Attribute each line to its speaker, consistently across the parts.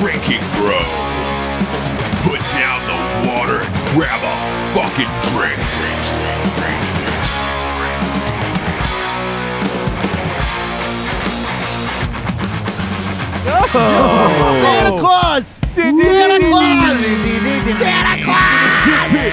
Speaker 1: Drinking Bros. Put down the water and grab a fucking drink.
Speaker 2: Oh.
Speaker 3: Santa Claus! Santa Claus! Santa Claus!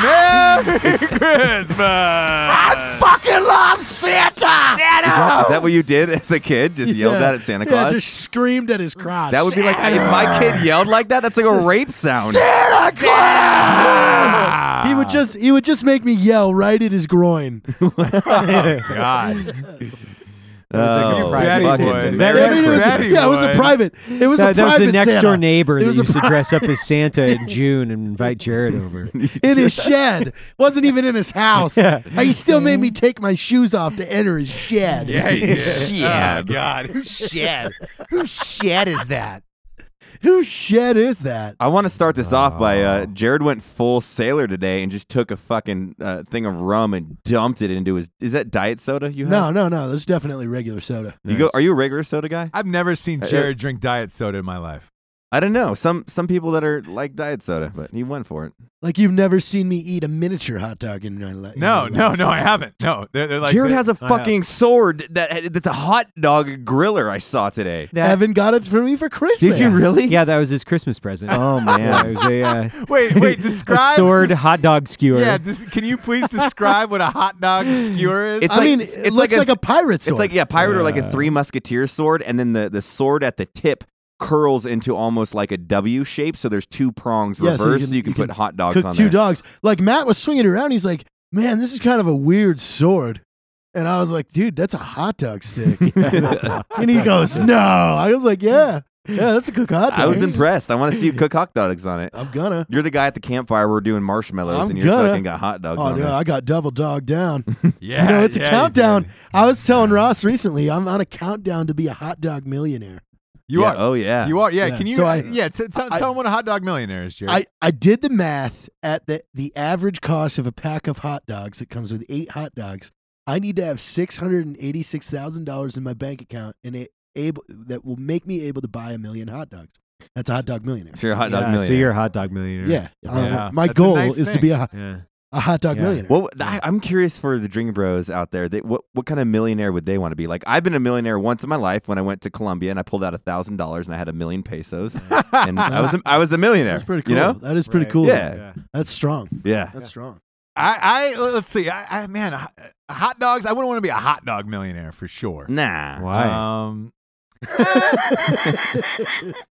Speaker 2: Merry Christmas! I
Speaker 3: Fucking love Santa! Santa!
Speaker 2: Is that what you did as a kid? Just yelled
Speaker 4: Yeah.
Speaker 2: that at Santa
Speaker 4: Yeah,
Speaker 2: Claus?
Speaker 4: just screamed at his crotch.
Speaker 2: that would be like if my kid yelled like that. That's like a rape sound.
Speaker 4: he would just he would just make me yell right at his groin.
Speaker 3: God.
Speaker 2: Oh,
Speaker 3: like a daddy
Speaker 2: fucking
Speaker 3: boy.
Speaker 2: Merry
Speaker 5: Very
Speaker 4: I mean, it was,
Speaker 3: Daddy
Speaker 4: yeah, it was a
Speaker 3: would.
Speaker 4: private. It was a
Speaker 5: That, that was
Speaker 4: private
Speaker 5: the next door
Speaker 4: Santa.
Speaker 5: neighbor
Speaker 4: It
Speaker 5: that
Speaker 4: was a
Speaker 5: used to dress up as Santa in June and invite Jared over.
Speaker 4: in his shed. Wasn't even in his house.
Speaker 5: Yeah.
Speaker 4: And He still made me take my shoes off to enter his shed.
Speaker 3: Yeah, he did.
Speaker 2: Yeah.
Speaker 3: Oh, God. Whose shed? Whose shed is that?
Speaker 4: Whose shed is that?
Speaker 2: I want to start this off by uh, Jared went full sailor today and just took a fucking uh, thing of rum and dumped it into his. Is that diet soda
Speaker 5: Uh,
Speaker 2: you have?
Speaker 4: No, no, no. There's definitely regular soda.
Speaker 2: You go. Are you a regular soda guy?
Speaker 3: I've never seen
Speaker 2: Uh, uh,
Speaker 3: Jared drink diet soda in my life.
Speaker 2: I don't know. Some some people that are like diet soda, but he went for it.
Speaker 4: Like you've never seen me eat a miniature hot dog in my life.
Speaker 3: No, no, no, I haven't. No, they're, they're like.
Speaker 2: Jared
Speaker 3: they-
Speaker 2: has a
Speaker 5: I have.
Speaker 2: fucking sword that that's a hot dog griller. I saw today.
Speaker 5: That-
Speaker 4: Evan got it for me for Christmas.
Speaker 2: Did you really?
Speaker 5: Yeah, that was his Christmas present.
Speaker 2: Oh
Speaker 5: Yeah, it
Speaker 2: man.
Speaker 5: was a, uh,
Speaker 3: Wait, wait,
Speaker 5: a
Speaker 3: describe.
Speaker 5: sword
Speaker 3: this-
Speaker 5: hot dog skewer.
Speaker 3: Yeah, dis- can you please describe what a hot dog skewer is?
Speaker 2: It's
Speaker 4: I
Speaker 2: like-
Speaker 4: mean,
Speaker 2: it's
Speaker 4: it
Speaker 2: like
Speaker 4: looks
Speaker 2: a-
Speaker 4: like a, pirate sword.
Speaker 2: It's like yeah, pirate or like a
Speaker 5: Uh,
Speaker 2: three musketeer sword, and then the the sword at the tip curls into almost like a W shape. So there's two prongs
Speaker 4: Yeah,
Speaker 2: reversed,
Speaker 4: so you
Speaker 2: so you can,
Speaker 4: can- you
Speaker 2: put
Speaker 4: can
Speaker 2: hot dogs on
Speaker 4: cook two
Speaker 2: there.
Speaker 4: dogs. Like Matt was swinging it around. He's like, "Man, this is kind of a weird sword," and I was like, "Dude, that's a hot dog stick." and he goes, "No," I was like, "Yeah, yeah, that's a cook hot dog."
Speaker 2: I was impressed. I want to see you cook hot dogs on it.
Speaker 4: I'm gonna.
Speaker 2: You're the guy at the campfire. We're doing marshmallows,
Speaker 4: I'm
Speaker 2: and you're
Speaker 4: gonna-
Speaker 2: fucking got hot dogs
Speaker 4: Oh,
Speaker 2: on
Speaker 4: dude,
Speaker 2: it.
Speaker 4: I got double dog down.
Speaker 3: yeah,
Speaker 4: you know, it's
Speaker 3: yeah,
Speaker 4: a
Speaker 3: you
Speaker 4: countdown.
Speaker 3: did.
Speaker 4: I was telling Ross recently, I'm on a countdown to be a hot dog millionaire.
Speaker 3: You
Speaker 2: Yeah,
Speaker 3: are.
Speaker 2: Oh yeah.
Speaker 3: You are. Yeah.
Speaker 4: Yeah,
Speaker 3: Can you?
Speaker 4: so I-
Speaker 3: yeah. T- t- tell
Speaker 4: I-
Speaker 3: them what a hot dog millionaire is, Jared.
Speaker 4: I, I did the math at the, the average cost of a pack of hot dogs that comes with eight hot dogs. I need to have six hundred and eighty six thousand dollars in my bank account and it able that will make me able to buy a million hot dogs. That's a hot dog millionaire.
Speaker 2: So you're a hot dog
Speaker 5: Yeah,
Speaker 2: millionaire.
Speaker 5: So you're a hot dog millionaire.
Speaker 4: Yeah. Um,
Speaker 3: Yeah,
Speaker 4: my
Speaker 3: that's a
Speaker 4: goal
Speaker 3: nice
Speaker 4: is to
Speaker 3: thing.
Speaker 4: be a,
Speaker 5: Yeah.
Speaker 4: a hot dog
Speaker 5: Yeah.
Speaker 4: millionaire.
Speaker 2: Well, I, I'm curious for the Dream Bros out there. They, what what kind of millionaire would they want to be? Like I've been a millionaire once in my life when I went to Colombia and I pulled out a thousand dollars and I had a million pesos and I was a, I was a millionaire.
Speaker 4: That's pretty cool.
Speaker 2: You know?
Speaker 4: That is pretty
Speaker 5: Right.
Speaker 4: cool.
Speaker 2: Yeah.
Speaker 4: That's strong.
Speaker 2: Yeah.
Speaker 4: That's strong.
Speaker 3: I, I let's see. I, I man, uh, hot dogs. I wouldn't want to be a hot dog millionaire for sure.
Speaker 2: Nah.
Speaker 5: Why?
Speaker 3: Um,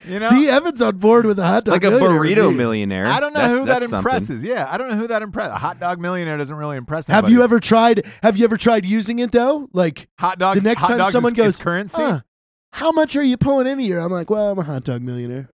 Speaker 3: you know,
Speaker 4: See, Evan's on board with a hot dog
Speaker 2: Like a
Speaker 4: millionaire with
Speaker 2: burrito
Speaker 4: me.
Speaker 2: millionaire.
Speaker 3: I don't know
Speaker 2: That's-
Speaker 3: who that
Speaker 2: that's something.
Speaker 3: impresses. Yeah, I don't know who that impresses. A hot dog millionaire doesn't really impress.
Speaker 4: Have
Speaker 3: anybody.
Speaker 4: you ever tried? Have you ever tried using it though? Like
Speaker 3: hot dogs?
Speaker 4: the next
Speaker 3: hot
Speaker 4: time
Speaker 3: dogs
Speaker 4: someone
Speaker 3: is,
Speaker 4: goes,
Speaker 3: is currency.
Speaker 4: "Huh, how much are you pulling into here? I'm like, well, I'm a hot dog millionaire.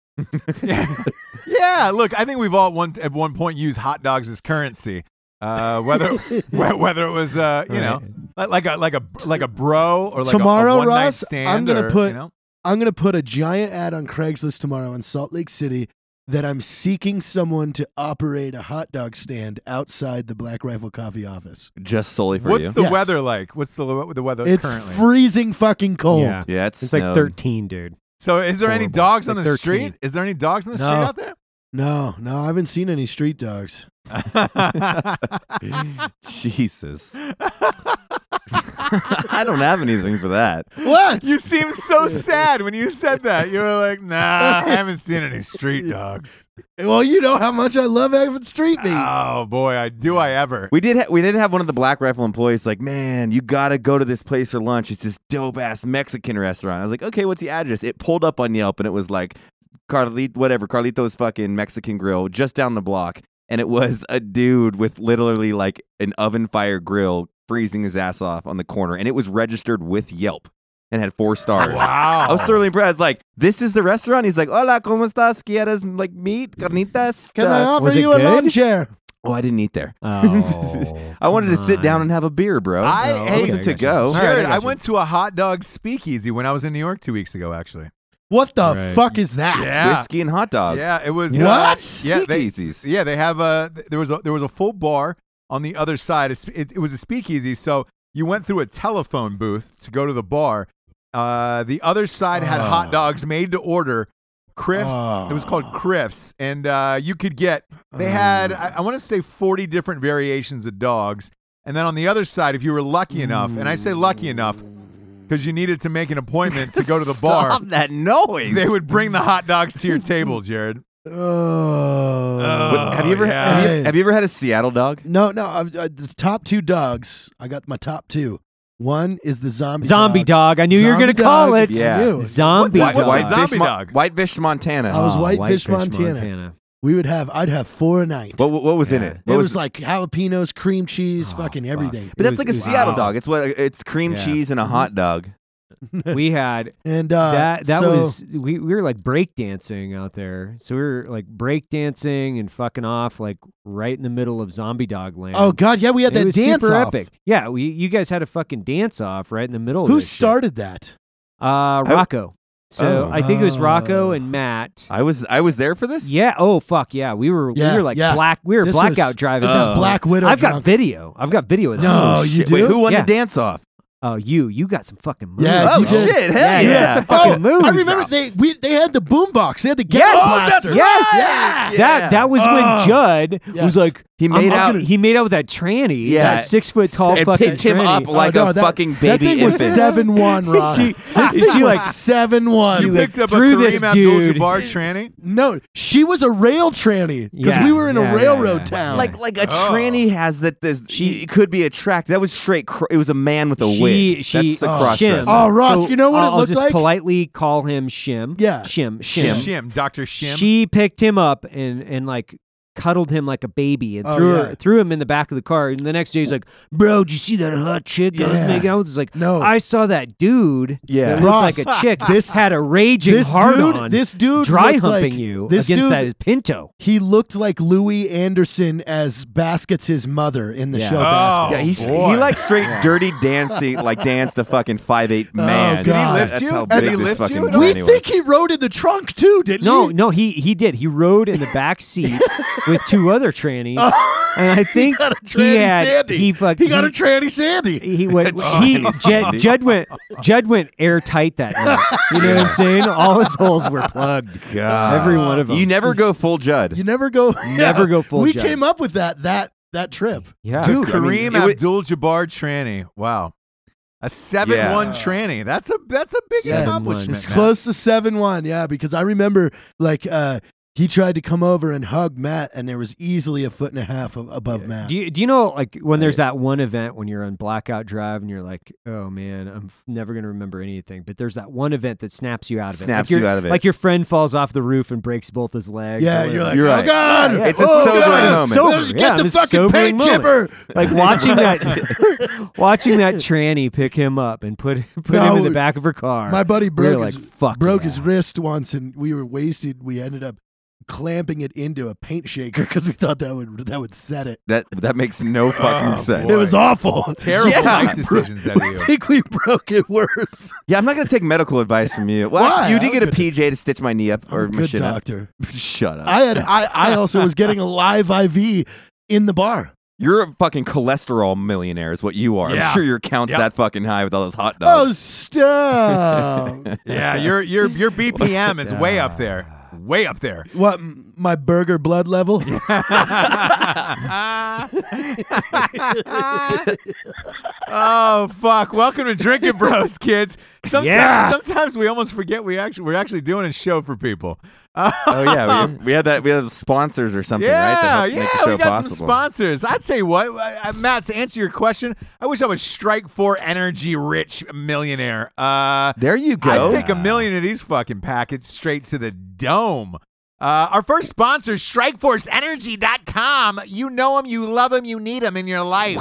Speaker 3: yeah, look, I think we've all one, at one point used hot dogs as currency. Uh, whether wh- whether it was uh, you know li- like a like a like a bro or like
Speaker 4: Tomorrow,
Speaker 3: a, a one night
Speaker 4: Ross,
Speaker 3: stand.
Speaker 4: I'm gonna
Speaker 3: or,
Speaker 4: put-
Speaker 3: you know?
Speaker 4: I'm gonna put a giant ad on Craigslist tomorrow in Salt Lake City that I'm seeking someone to operate a hot dog stand outside the Black Rifle Coffee office.
Speaker 2: Just solely for
Speaker 3: What's
Speaker 2: you.
Speaker 3: the
Speaker 4: Yes.
Speaker 3: weather like? What's the lo- the weather
Speaker 4: It's
Speaker 3: currently?
Speaker 4: freezing fucking cold.
Speaker 5: Yeah.
Speaker 2: yeah, it's,
Speaker 5: It's like
Speaker 2: snowed.
Speaker 5: 13, dude.
Speaker 3: so, is there any
Speaker 5: horrible.
Speaker 3: dogs on
Speaker 5: Like
Speaker 3: the
Speaker 5: 13.
Speaker 3: street? Is there any dogs on the
Speaker 4: No.
Speaker 3: street out there?
Speaker 4: No, no, I haven't seen any street dogs.
Speaker 2: Jesus. I don't have anything for that.
Speaker 4: What?
Speaker 3: you seem so sad when you said that. You were like, "Nah, I haven't seen any street dogs."
Speaker 4: well, you know how much I love having street meat.
Speaker 3: Oh boy, I do I ever.
Speaker 2: We did ha- we did have one of the Black Rifle employees like, man, you gotta go to this place for lunch. It's this dope ass Mexican restaurant. I was like, okay, what's the address? It pulled up on Yelp and it was like Carlito, whatever Carlito's fucking Mexican grill just down the block, and it was a dude with literally like an oven fire grill freezing his ass off on the corner, and it was registered with Yelp and had four stars.
Speaker 3: Wow.
Speaker 2: I was thoroughly impressed. Like, this is the restaurant. He's like, "Hola, cómo estás? ¿Quieres like meat, carnitas?"
Speaker 4: Can I
Speaker 2: Uh,
Speaker 4: offer
Speaker 5: was it
Speaker 4: you a
Speaker 5: good?
Speaker 4: lawn chair?
Speaker 2: oh, I didn't eat there.
Speaker 5: Oh,
Speaker 2: I wanted to
Speaker 5: come
Speaker 2: sit down
Speaker 5: on. Oh,
Speaker 2: and have a beer, bro.
Speaker 3: I-
Speaker 2: No,
Speaker 3: hey-
Speaker 2: wasn't
Speaker 5: Okay,
Speaker 2: to
Speaker 5: I
Speaker 2: go.
Speaker 5: gotcha. All right, I
Speaker 3: Jared, I
Speaker 5: got you.
Speaker 3: went to a hot dog speakeasy when I was in New York two weeks ago, actually.
Speaker 4: What the
Speaker 5: Right.
Speaker 4: fuck is that?
Speaker 3: Yeah.
Speaker 2: Whiskey and hot dogs.
Speaker 3: Yeah, it was.
Speaker 4: Ah, What?
Speaker 3: yeah, they,
Speaker 2: Speakeasies.
Speaker 3: yeah, they have a. There was a there was a full bar on the other side. It's- It, it was a speakeasy, so you went through a telephone booth to go to the bar. Uh, the other side had
Speaker 4: Ah.
Speaker 3: hot dogs made to order. Criff's. It was called
Speaker 4: Ah.
Speaker 3: Criff's, and uh, you could get. They had
Speaker 2: Um.
Speaker 3: I, I want to say forty different variations of dogs, and then on the other side, if you were lucky enough, and I say lucky enough because you needed to make an appointment to go to the bar,
Speaker 2: Mm. Stop that noise.
Speaker 3: they would bring the hot dogs to your table, Jared.
Speaker 4: Oh.
Speaker 3: What-
Speaker 2: have you ever
Speaker 3: yeah.
Speaker 2: have, you, have you ever had a Seattle dog?
Speaker 4: no, no. I, I, the top two dogs. I got my top two. One is the zombie.
Speaker 5: Zombie dog. I knew you were
Speaker 4: Zombie
Speaker 5: going to call
Speaker 4: dog,
Speaker 5: it.
Speaker 4: it's
Speaker 2: Yeah.
Speaker 4: you.
Speaker 5: Zombie
Speaker 3: What's a-
Speaker 5: dog.
Speaker 3: what's a
Speaker 2: Whitefish
Speaker 3: zombie
Speaker 2: Mo-
Speaker 3: dog?
Speaker 2: Whitefish, Montana.
Speaker 4: I was
Speaker 5: Oh,
Speaker 4: Whitefish, Montana. We would have. I'd have four a night.
Speaker 2: what, what, what was in
Speaker 5: Yeah.
Speaker 2: it?
Speaker 4: it
Speaker 2: What
Speaker 4: was, like jalapenos, cream cheese,
Speaker 5: Oh,
Speaker 4: fucking
Speaker 5: fuck.
Speaker 4: everything.
Speaker 2: but
Speaker 5: it
Speaker 2: that's
Speaker 5: was-
Speaker 2: like a
Speaker 5: it was-
Speaker 2: Seattle
Speaker 5: wow.
Speaker 2: dog. It's what it's cream
Speaker 5: Yeah.
Speaker 2: cheese and a hot dog.
Speaker 5: We had
Speaker 4: And uh,
Speaker 5: that that
Speaker 4: so-
Speaker 5: was we, we were like breakdancing out there. So we were like breakdancing and fucking off like right in the middle of zombie dog land.
Speaker 4: Oh God, yeah, we had
Speaker 5: And it
Speaker 4: that
Speaker 5: was
Speaker 4: dance
Speaker 5: super
Speaker 4: off.
Speaker 5: epic. Yeah, we you guys had a fucking dance off right in the middle of
Speaker 4: Who
Speaker 5: this shit.
Speaker 4: started that?
Speaker 5: Uh
Speaker 2: I-
Speaker 5: Rocco. So
Speaker 2: Oh.
Speaker 5: I think it was Rocco
Speaker 4: Oh.
Speaker 5: and Matt.
Speaker 2: I was I was there for this.
Speaker 5: Yeah, oh fuck, yeah. We were
Speaker 4: Yeah,
Speaker 5: we were like
Speaker 4: yeah.
Speaker 5: black we were
Speaker 4: This
Speaker 5: blackout
Speaker 4: was-
Speaker 5: driving.
Speaker 4: This
Speaker 5: down.
Speaker 2: Uh,
Speaker 4: is Black Widow.
Speaker 5: I've got
Speaker 4: drunk.
Speaker 5: video. I've got video of that.
Speaker 4: No,
Speaker 2: Oh,
Speaker 4: you
Speaker 2: shit. Wait,
Speaker 4: do?
Speaker 2: who won
Speaker 5: Yeah.
Speaker 2: the dance off?
Speaker 5: Oh, you you got some fucking moves.
Speaker 4: Yeah,
Speaker 2: Oh
Speaker 4: you
Speaker 5: bro.
Speaker 4: did.
Speaker 2: shit! Hell yeah!
Speaker 5: yeah, that's a fucking move.
Speaker 4: Oh, I remember they we they had the boombox. They had the gas
Speaker 5: Yes! Oh,
Speaker 4: blaster.
Speaker 2: that's
Speaker 5: Yes,
Speaker 2: Yeah. Yeah.
Speaker 5: that that was
Speaker 2: Oh.
Speaker 5: when Judd
Speaker 4: Yes.
Speaker 5: was like
Speaker 2: He
Speaker 5: I'm
Speaker 2: made
Speaker 5: not
Speaker 2: out.
Speaker 5: gonna- he made out with that tranny.
Speaker 2: Yeah.
Speaker 5: that six foot tall
Speaker 2: and
Speaker 5: fucking
Speaker 2: picked him
Speaker 5: tranny.
Speaker 2: up like
Speaker 4: Oh, no,
Speaker 2: a
Speaker 4: that-
Speaker 2: fucking baby
Speaker 4: that thing
Speaker 2: infant.
Speaker 4: was seven one, Ross.
Speaker 5: She-
Speaker 4: this
Speaker 5: she
Speaker 4: thing was
Speaker 5: like-
Speaker 4: seven
Speaker 5: she
Speaker 3: You
Speaker 4: one.
Speaker 5: like-
Speaker 3: picked up a
Speaker 5: threw this
Speaker 3: Kareem
Speaker 5: dude.
Speaker 3: Abdul-Jabbar tranny.
Speaker 4: No, she was a rail tranny because
Speaker 5: Yeah,
Speaker 4: we were in
Speaker 5: yeah,
Speaker 4: a
Speaker 5: yeah,
Speaker 4: railroad
Speaker 5: yeah.
Speaker 4: town.
Speaker 2: like like a
Speaker 3: Oh.
Speaker 2: tranny has that this she it could be a track that was straight cr- it was a man with a
Speaker 5: She-
Speaker 2: wig
Speaker 5: she-
Speaker 2: that's the
Speaker 5: oh,
Speaker 2: cross
Speaker 5: shit.
Speaker 4: oh, Ross,
Speaker 5: So
Speaker 4: you know what
Speaker 5: I'll
Speaker 4: it looked
Speaker 5: just
Speaker 4: like?
Speaker 5: politely call him Shim.
Speaker 4: Yeah.
Speaker 5: Shim.
Speaker 3: Shim,
Speaker 5: Shim.
Speaker 3: Shim Doctor Shim.
Speaker 5: She picked him up and and like cuddled him like a baby and
Speaker 4: Oh,
Speaker 5: threw
Speaker 4: yeah.
Speaker 5: her, threw him in the back of the car. And the next day he's like, "Bro, did you see that hot chick I was
Speaker 4: Yeah.
Speaker 5: making?" I was like,
Speaker 4: No.
Speaker 5: I saw that dude.
Speaker 2: Yeah.
Speaker 5: that looked like
Speaker 4: Ross,
Speaker 5: a chick.
Speaker 4: this-
Speaker 5: had a raging
Speaker 4: this
Speaker 5: hard
Speaker 4: dude,
Speaker 5: on.
Speaker 4: this dude
Speaker 5: dry
Speaker 4: looked like-
Speaker 5: humping you
Speaker 4: This
Speaker 5: against
Speaker 4: dude,
Speaker 5: that is Pinto.
Speaker 4: he looked like Louis Anderson as Baskets his mother in the
Speaker 5: Yeah.
Speaker 4: show.
Speaker 5: Oh,
Speaker 2: yeah,
Speaker 4: Baskets.
Speaker 2: he,
Speaker 3: boy.
Speaker 2: he like straight dirty dancing like danced the fucking five eight man.
Speaker 4: Did he God.
Speaker 3: lift
Speaker 2: That's
Speaker 3: you?
Speaker 2: how
Speaker 3: Did
Speaker 2: big
Speaker 3: he
Speaker 2: this
Speaker 3: lift you
Speaker 2: fucking
Speaker 3: at all?
Speaker 4: we
Speaker 2: tranny was.
Speaker 4: think he rode in the trunk too, didn't
Speaker 5: No,
Speaker 4: he?
Speaker 5: no, he he did. He rode in the back seat with two other trannies, and I think
Speaker 4: Oh. got a
Speaker 5: he
Speaker 4: tranny
Speaker 5: had-
Speaker 4: Sandy.
Speaker 5: He, fuck,
Speaker 4: He got
Speaker 5: he-
Speaker 4: a tranny Sandy.
Speaker 5: he went.
Speaker 2: Oh,
Speaker 5: he
Speaker 2: nice.
Speaker 5: Jed, Jed went. Jed went airtight that night. You know what I'm saying? All his holes were plugged.
Speaker 2: God.
Speaker 5: Every one of them.
Speaker 2: you never go full Judd.
Speaker 4: You never go.
Speaker 5: Never
Speaker 4: Yeah.
Speaker 5: go full
Speaker 4: We
Speaker 5: judge.
Speaker 4: came up with that that that trip.
Speaker 5: yeah.
Speaker 2: Dude, I mean,
Speaker 3: Kareem
Speaker 2: it wa-
Speaker 3: Abdul-Jabbar tranny. Wow, a seven one tranny. That's a that's a big
Speaker 4: Yeah.
Speaker 3: accomplishment.
Speaker 4: It's
Speaker 3: man.
Speaker 4: close to seven one, yeah. Because I remember like uh he tried to come over and hug Matt, and there was easily a foot and a half a- above Matt.
Speaker 5: Do you, do you know like when there's that one event when you're on blackout drive and you're like, oh man, I'm f- never gonna remember anything. But there's that one event that snaps you out of it.
Speaker 2: Snaps
Speaker 5: like your-
Speaker 2: you out of it.
Speaker 5: Like your friend falls off the roof and breaks both his legs.
Speaker 4: yeah,
Speaker 5: or
Speaker 4: you're like,
Speaker 2: You're
Speaker 4: oh
Speaker 2: right.
Speaker 4: god,
Speaker 5: Yeah.
Speaker 2: It's a
Speaker 5: Whoa,
Speaker 2: sobering
Speaker 5: yeah,
Speaker 2: moment.
Speaker 5: sober,
Speaker 4: let's get
Speaker 5: yeah,
Speaker 4: the
Speaker 5: it's a
Speaker 4: fucking paint
Speaker 5: sobering
Speaker 4: chipper.
Speaker 5: moment. Like watching that, watching that tranny pick him up and put put him in
Speaker 4: No,
Speaker 5: the back of her car.
Speaker 4: My buddy
Speaker 5: we
Speaker 4: broke
Speaker 5: were like,
Speaker 4: his
Speaker 5: fuck,
Speaker 4: broke
Speaker 5: yeah.
Speaker 4: his wrist once, and we were wasted. We ended up clamping it into a paint shaker because we thought that would that would set it.
Speaker 2: that that makes no fucking
Speaker 3: Oh,
Speaker 2: sense.
Speaker 3: boy.
Speaker 4: It was awful,
Speaker 3: Terrible
Speaker 2: Yeah.
Speaker 3: life decisions out of
Speaker 4: I
Speaker 3: you.
Speaker 4: think we broke it worse.
Speaker 2: Yeah, I'm not gonna take medical advice from you. Well,
Speaker 4: Why?
Speaker 2: actually, you
Speaker 4: I'm
Speaker 2: did get a
Speaker 4: good-
Speaker 2: PJ to stitch my knee up or
Speaker 4: I'm a
Speaker 2: my
Speaker 4: good
Speaker 2: shit up.
Speaker 4: doctor.
Speaker 2: Shut up.
Speaker 4: I had I, I also was getting a live IV in the bar.
Speaker 2: You're a fucking cholesterol millionaire, is what you are.
Speaker 3: Yeah.
Speaker 2: I'm sure your count's
Speaker 3: Yep.
Speaker 2: that fucking high with all those hot
Speaker 4: Oh,
Speaker 2: dogs.
Speaker 4: stop!
Speaker 3: Yeah, your your your BPM is way up
Speaker 5: Yeah.
Speaker 3: there, way up there.
Speaker 4: what m- my burger blood level?
Speaker 3: oh fuck! Welcome to Drinking Bros, kids. Sometimes,
Speaker 5: Yeah.
Speaker 3: sometimes we almost forget we actually we're actually doing a show for people.
Speaker 2: Oh, yeah, we, we had that. We had sponsors or something, right?
Speaker 3: yeah,
Speaker 2: That helped
Speaker 3: yeah,
Speaker 2: make the show
Speaker 3: we got
Speaker 2: possible.
Speaker 3: some sponsors. I'd say what, uh, Matt, to answer your question, I wish I was strike four energy rich millionaire. Uh,
Speaker 2: There you
Speaker 3: I'd
Speaker 2: go.
Speaker 3: take a million of these fucking packets straight to the dome. Uh, our first sponsor, StrikeForceEnergy.com. You know them, you love them, you need them in your life.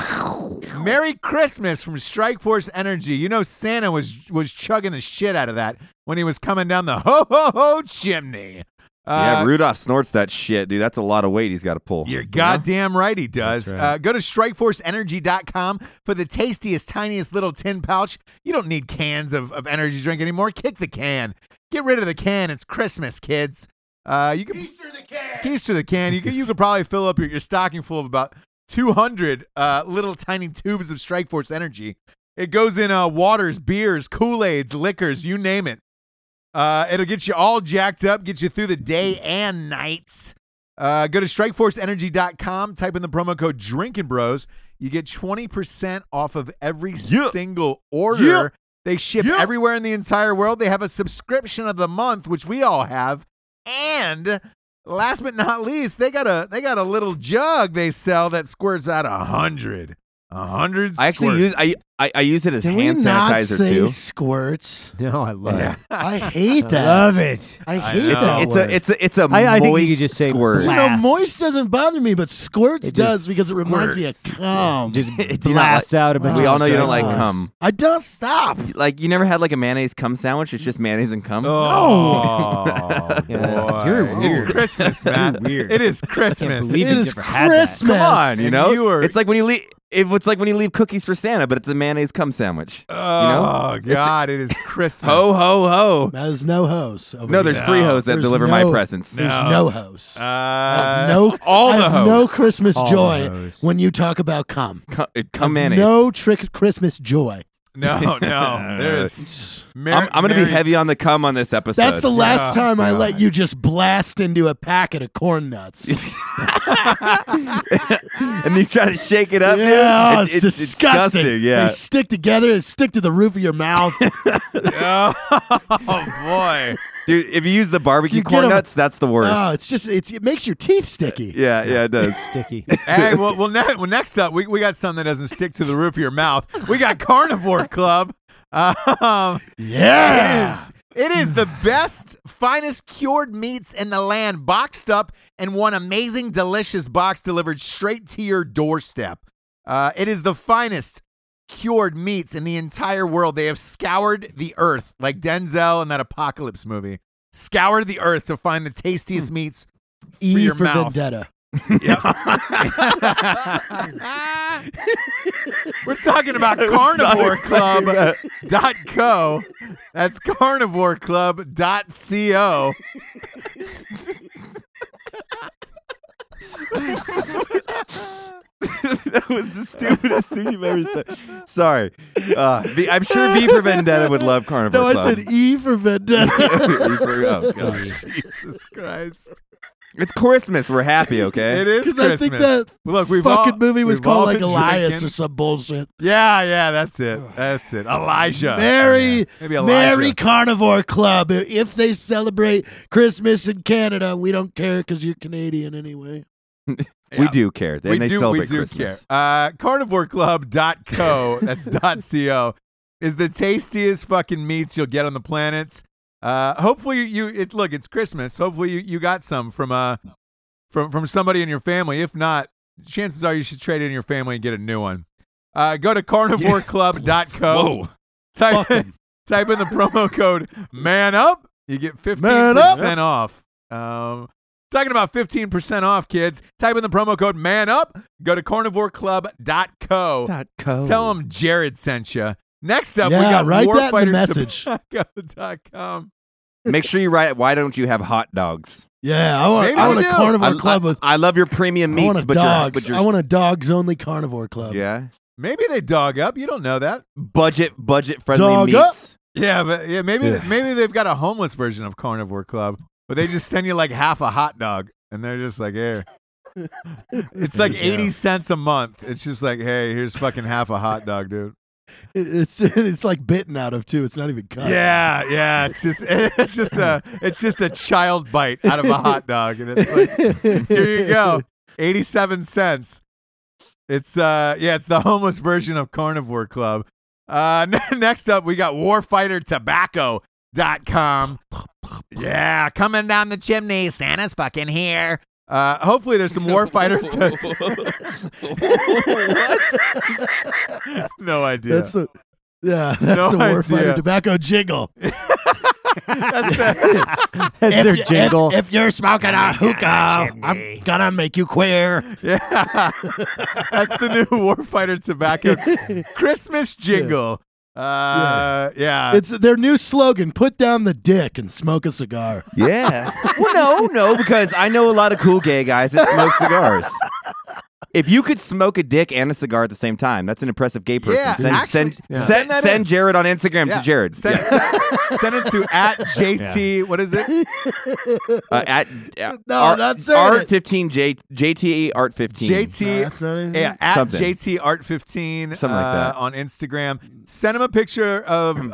Speaker 3: Merry Christmas from Strikeforce Energy. You know Santa was was chugging the shit out of that when he was coming down the ho ho ho chimney. Uh,
Speaker 2: yeah, Rudolph snorts that shit, dude. That's a lot of weight he's got to pull.
Speaker 3: you're goddamn right he does.
Speaker 5: That's right.
Speaker 3: Uh, go to strikeforceenergy.com for the tastiest, tiniest little tin pouch. You don't need cans of, of energy drink anymore. Kick the can. Get rid of the can. It's Christmas, kids. Uh, you can Easter the can. Easter the can. You can, you could probably fill up your, your stocking full of about 200 uh, little tiny tubes of Strikeforce Energy. It goes in uh, waters, beers, Kool Aids, liquors, you name it. Uh, it'll get you all jacked up, get you through the day and nights. Uh, go to strikeforceenergy.com, type in the promo code Drinking Bros. You get 20% off of every
Speaker 2: Yeah.
Speaker 3: single order.
Speaker 2: Yeah.
Speaker 3: They ship
Speaker 2: Yeah.
Speaker 3: everywhere in the entire world. They have a subscription of the month, which we all have. And last but not least, they got a they got a little jug they sell that squirts out a hundred. A hundred
Speaker 2: I actually use
Speaker 3: squirts.
Speaker 2: I, I I use it as
Speaker 4: Can
Speaker 2: hand
Speaker 4: we not
Speaker 2: sanitizer
Speaker 4: say
Speaker 2: too.
Speaker 4: squirts?
Speaker 5: No, I love
Speaker 3: Yeah.
Speaker 5: it.
Speaker 4: I hate
Speaker 5: I
Speaker 4: that.
Speaker 5: love it.
Speaker 4: I
Speaker 3: I
Speaker 4: hate
Speaker 3: know.
Speaker 4: that.
Speaker 2: It's
Speaker 4: word.
Speaker 2: a it's a it's a
Speaker 5: I- I
Speaker 2: moist
Speaker 5: think you could just say
Speaker 2: squirt.
Speaker 4: you
Speaker 5: black.
Speaker 4: know,
Speaker 5: blast.
Speaker 4: moist doesn't bother me, but squirts
Speaker 5: It just
Speaker 4: does because it reminds me of
Speaker 3: squirts.
Speaker 4: cum.
Speaker 5: Just
Speaker 2: Do you not
Speaker 5: blast out a bunch.
Speaker 2: we
Speaker 5: of
Speaker 2: all know you don't like
Speaker 5: stragglers.
Speaker 2: cum.
Speaker 4: I don't stop.
Speaker 2: Like you never had like a mayonnaise cum sandwich. It's just mayonnaise and cum.
Speaker 3: Oh,
Speaker 5: Yeah,
Speaker 3: boy.
Speaker 5: you're
Speaker 3: It's
Speaker 5: weird.
Speaker 3: Christmas, man.
Speaker 5: weird.
Speaker 3: It is
Speaker 5: I can't
Speaker 3: Christmas.
Speaker 5: believe
Speaker 4: It
Speaker 5: you've
Speaker 4: is
Speaker 5: never had that.
Speaker 4: Christmas.
Speaker 2: Come on, you
Speaker 3: And
Speaker 2: know.
Speaker 3: you are-
Speaker 2: It's like when you leave. It, it's like when you leave cookies for Santa, but it's a mayonnaise cum sandwich.
Speaker 3: oh God, it is Christmas.
Speaker 2: Ho ho ho!
Speaker 4: There's no hose. over
Speaker 2: No,
Speaker 4: here.
Speaker 2: there's three
Speaker 3: No.
Speaker 2: hoes that
Speaker 4: There's
Speaker 2: deliver my
Speaker 4: no-
Speaker 2: presents.
Speaker 4: There's
Speaker 3: No.
Speaker 4: no hose. I
Speaker 3: Uh,
Speaker 4: have
Speaker 5: Oh,
Speaker 4: no,
Speaker 2: all
Speaker 4: I
Speaker 2: the
Speaker 4: have
Speaker 2: hoes.
Speaker 4: no Christmas
Speaker 5: All the
Speaker 4: joy
Speaker 5: hoes.
Speaker 4: when you talk about cum.
Speaker 2: Cum, it- cum
Speaker 4: I have
Speaker 2: mayonnaise.
Speaker 4: No trick Christmas joy.
Speaker 3: no, no. There's. Mar-
Speaker 2: I'm, I'm gonna
Speaker 3: Mary-
Speaker 2: be heavy on the cum on this episode.
Speaker 4: That's the last
Speaker 3: Yeah.
Speaker 4: time
Speaker 2: Oh,
Speaker 4: I let
Speaker 3: God.
Speaker 4: you just blast into a packet of corn nuts.
Speaker 2: and you try to shake it up.
Speaker 4: yeah,
Speaker 2: dude.
Speaker 4: Oh, it's, disgusting.
Speaker 2: Yeah,
Speaker 4: They stick together and stick to the roof of your mouth.
Speaker 3: Oh, boy.
Speaker 2: dude. If you use the barbecue
Speaker 4: You get
Speaker 2: corn
Speaker 4: 'em-
Speaker 2: nuts, that's the worst.
Speaker 4: oh, it's just it's, it makes your teeth sticky.
Speaker 2: yeah, yeah, it does.
Speaker 5: Sticky.
Speaker 3: Hey, well, well, ne- well, next up, we, we got something that doesn't stick to the roof of your mouth. We got Carnivore Club. Um,
Speaker 4: Yeah.
Speaker 3: It is. It is the best, finest cured meats in the land, boxed up in one amazing, delicious box delivered straight to your doorstep. Uh, it is the finest cured meats in the entire world. They have scoured the earth, like Denzel in that apocalypse movie. Scoured the earth to find the tastiest meats.
Speaker 4: E
Speaker 3: For your
Speaker 4: for
Speaker 3: mouth.
Speaker 4: vendetta.
Speaker 3: We're talking about Carnivore Club. dot co. That's carnivoreclub dot co.
Speaker 2: that was the stupidest thing you've ever said. Sorry. Uh, B, I'm sure B for Vendetta would love Carnival
Speaker 4: No, I
Speaker 3: um,
Speaker 2: Club.
Speaker 4: said E for vendetta.
Speaker 2: E for- oh, God.
Speaker 3: Jesus Christ.
Speaker 2: It's Christmas. We're happy, okay?
Speaker 3: It is
Speaker 4: Because
Speaker 3: Christmas.
Speaker 4: I think that
Speaker 3: Look, we've
Speaker 4: fucking
Speaker 3: all-
Speaker 4: movie was
Speaker 3: we've all
Speaker 4: called like
Speaker 3: been
Speaker 4: Elias
Speaker 3: drinking.
Speaker 4: or some bullshit.
Speaker 3: Yeah, yeah, that's it. That's it. Elijah. Oh,
Speaker 4: Mary,
Speaker 3: Yeah, Maybe Elijah.
Speaker 4: Merry Carnivore Club. If they celebrate Christmas in Canada, we don't care because you're Canadian anyway.
Speaker 2: We
Speaker 3: Yeah.
Speaker 2: do care. And
Speaker 3: we
Speaker 2: they
Speaker 3: do,
Speaker 2: celebrate
Speaker 3: we do
Speaker 2: Christmas.
Speaker 3: care. Uh, carnivoreclub.co, that's dot .co, is the tastiest fucking meats you'll get on the planet. Uh, hopefully you it look, it's Christmas. Hopefully you, you got some from uh from from somebody in your family. If not, chances are you should trade in your family and get a new one. Uh, go to carnivoreclub.co.
Speaker 4: Oh.
Speaker 2: Whoa.
Speaker 3: Type
Speaker 4: Fuck 'em.
Speaker 3: type in the promo code man up you get 15%
Speaker 4: Man up.
Speaker 3: off um, talking about 15% off kids type in the promo code man up go to carnivoreclub.co
Speaker 5: Dot co.
Speaker 3: tell them jared sent you next up we
Speaker 4: Yeah,
Speaker 3: got
Speaker 4: write that in the
Speaker 3: warfighterstobacco.com
Speaker 2: Make sure you write, why don't you have hot dogs?
Speaker 4: Yeah, I want,
Speaker 3: Maybe
Speaker 4: I
Speaker 3: we
Speaker 4: want a
Speaker 3: do.
Speaker 4: carnivore
Speaker 2: I,
Speaker 4: club
Speaker 2: I-
Speaker 4: with.
Speaker 2: I love your premium
Speaker 4: I
Speaker 2: meats,
Speaker 4: want a
Speaker 2: but
Speaker 4: dogs.
Speaker 2: your,
Speaker 4: I
Speaker 2: but
Speaker 4: want a dogs only carnivore
Speaker 2: your
Speaker 4: club.
Speaker 2: yeah,
Speaker 3: maybe they dog up you don't know that
Speaker 2: budget budget friendly
Speaker 4: Dog up.
Speaker 2: meats.
Speaker 3: yeah but yeah maybe
Speaker 2: Yeah.
Speaker 3: maybe they've got a homeless version of carnivore club but they just send you like half a hot dog and they're just like here it's like 80 cents a month it's just like hey here's fucking half a hot dog dude
Speaker 4: It- It's it's like bitten out of too. It's not even cut.
Speaker 3: Yeah, yeah. It's just it's just a it's just a child bite out of a hot dog, and it's like here you go, eighty seven cents. It's uh yeah, it's the homeless version of Carnivore Club. Uh, n- next up we got WarfighterTobacco.com. Yeah, coming down the chimney, Santa's fucking here. Uh, hopefully there's some warfighter. To- no idea.
Speaker 4: That's a yeah. That's
Speaker 3: No
Speaker 4: the
Speaker 3: idea.
Speaker 4: warfighter tobacco jingle.
Speaker 3: That's the-
Speaker 5: That's their jingle.
Speaker 4: If, you're smoking a hookah, I'm gonna make you queer.
Speaker 3: Yeah. That's the new Warfighter Tobacco Christmas jingle. Uh, yeah.
Speaker 4: It's their new slogan: "Put down the dick and smoke a
Speaker 3: Uh,
Speaker 4: cigar."
Speaker 2: Yeah. Well, no, no, because I know a lot of cool gay guys that smoke cigars. If you could smoke a dick and a cigar at the same time, that's an impressive gay person.
Speaker 3: Yeah,
Speaker 2: send, send,
Speaker 3: actually, yeah.
Speaker 2: send,
Speaker 3: send that in.
Speaker 2: send Jared on Instagram
Speaker 3: Yeah.
Speaker 2: to Jared.
Speaker 3: Send,
Speaker 2: Yeah.
Speaker 3: send it to at JT. What is it?
Speaker 2: Uh, at, uh,
Speaker 4: No,
Speaker 2: art,
Speaker 4: not saying
Speaker 2: Art
Speaker 4: it.
Speaker 2: 15, J, JTE Art 15.
Speaker 3: JT.
Speaker 4: that's not it.
Speaker 3: Yeah, at
Speaker 2: Something.
Speaker 3: JT Art 15
Speaker 2: Something like that.
Speaker 3: on Instagram. Send him a picture of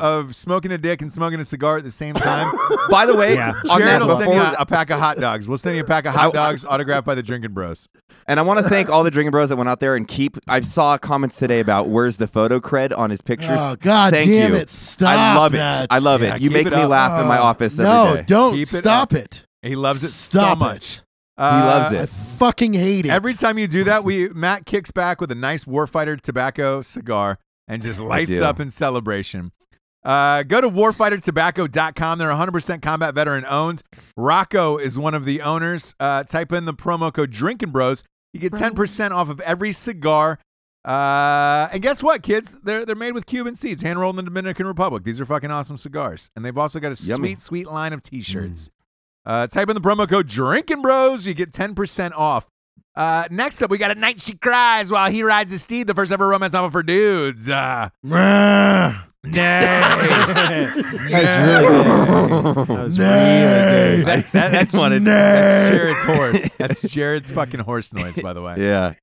Speaker 3: of smoking a dick and smoking a cigar at the same time.
Speaker 2: By the way,
Speaker 5: Yeah.
Speaker 2: on that
Speaker 3: Jared will send you
Speaker 2: before-
Speaker 3: a, a pack of hot dogs. We'll send you a pack of hot dogs autographed by the Drinking Bros.
Speaker 2: And I want to thank all the drinking bros that went out there and keep. I saw comments today about where's the photo cred on his pictures.
Speaker 4: Oh God,
Speaker 2: Thank
Speaker 4: damn
Speaker 2: you.
Speaker 4: it! Stop.
Speaker 2: I love
Speaker 4: that.
Speaker 2: it. I love
Speaker 3: Yeah,
Speaker 2: it. You
Speaker 3: keep
Speaker 2: make
Speaker 3: it
Speaker 2: me
Speaker 3: up.
Speaker 2: laugh in my
Speaker 4: Oh,
Speaker 2: office every
Speaker 4: no,
Speaker 2: day.
Speaker 4: don't
Speaker 3: Uh, Keep it
Speaker 4: stop it.
Speaker 3: He loves it
Speaker 4: Stop
Speaker 3: so
Speaker 4: it.
Speaker 3: much.
Speaker 2: he loves
Speaker 4: I
Speaker 2: it.
Speaker 4: fucking hate it.
Speaker 3: Every time you do that, we Matt kicks back with a nice warfighter tobacco cigar and just lights
Speaker 2: do.
Speaker 3: up in celebration. Uh, go to warfightertobacco.com. They're 100% combat veteran owned. Rocco is one of the owners. Uh, type in the promo code Drinking Bros. You get 10% off of every cigar. Uh, and guess what, kids? They're, they're made with Cuban seeds, hand rolled in the Dominican Republic. These are fucking awesome cigars. And they've also got a
Speaker 2: Yummy. Mm.
Speaker 3: sweet, sweet line of t shirts. Uh, type in the promo code Drinking Bros. You get 10% off. Uh, next up, we got A Night She Cries While He Rides His Steed, the first ever romance novel for dudes. Uh, nay.
Speaker 5: That's really good. That was really good.
Speaker 3: That- that- that's,
Speaker 2: wanted-
Speaker 3: that's Jared's horse. That's Jared's fucking horse noise, by the way.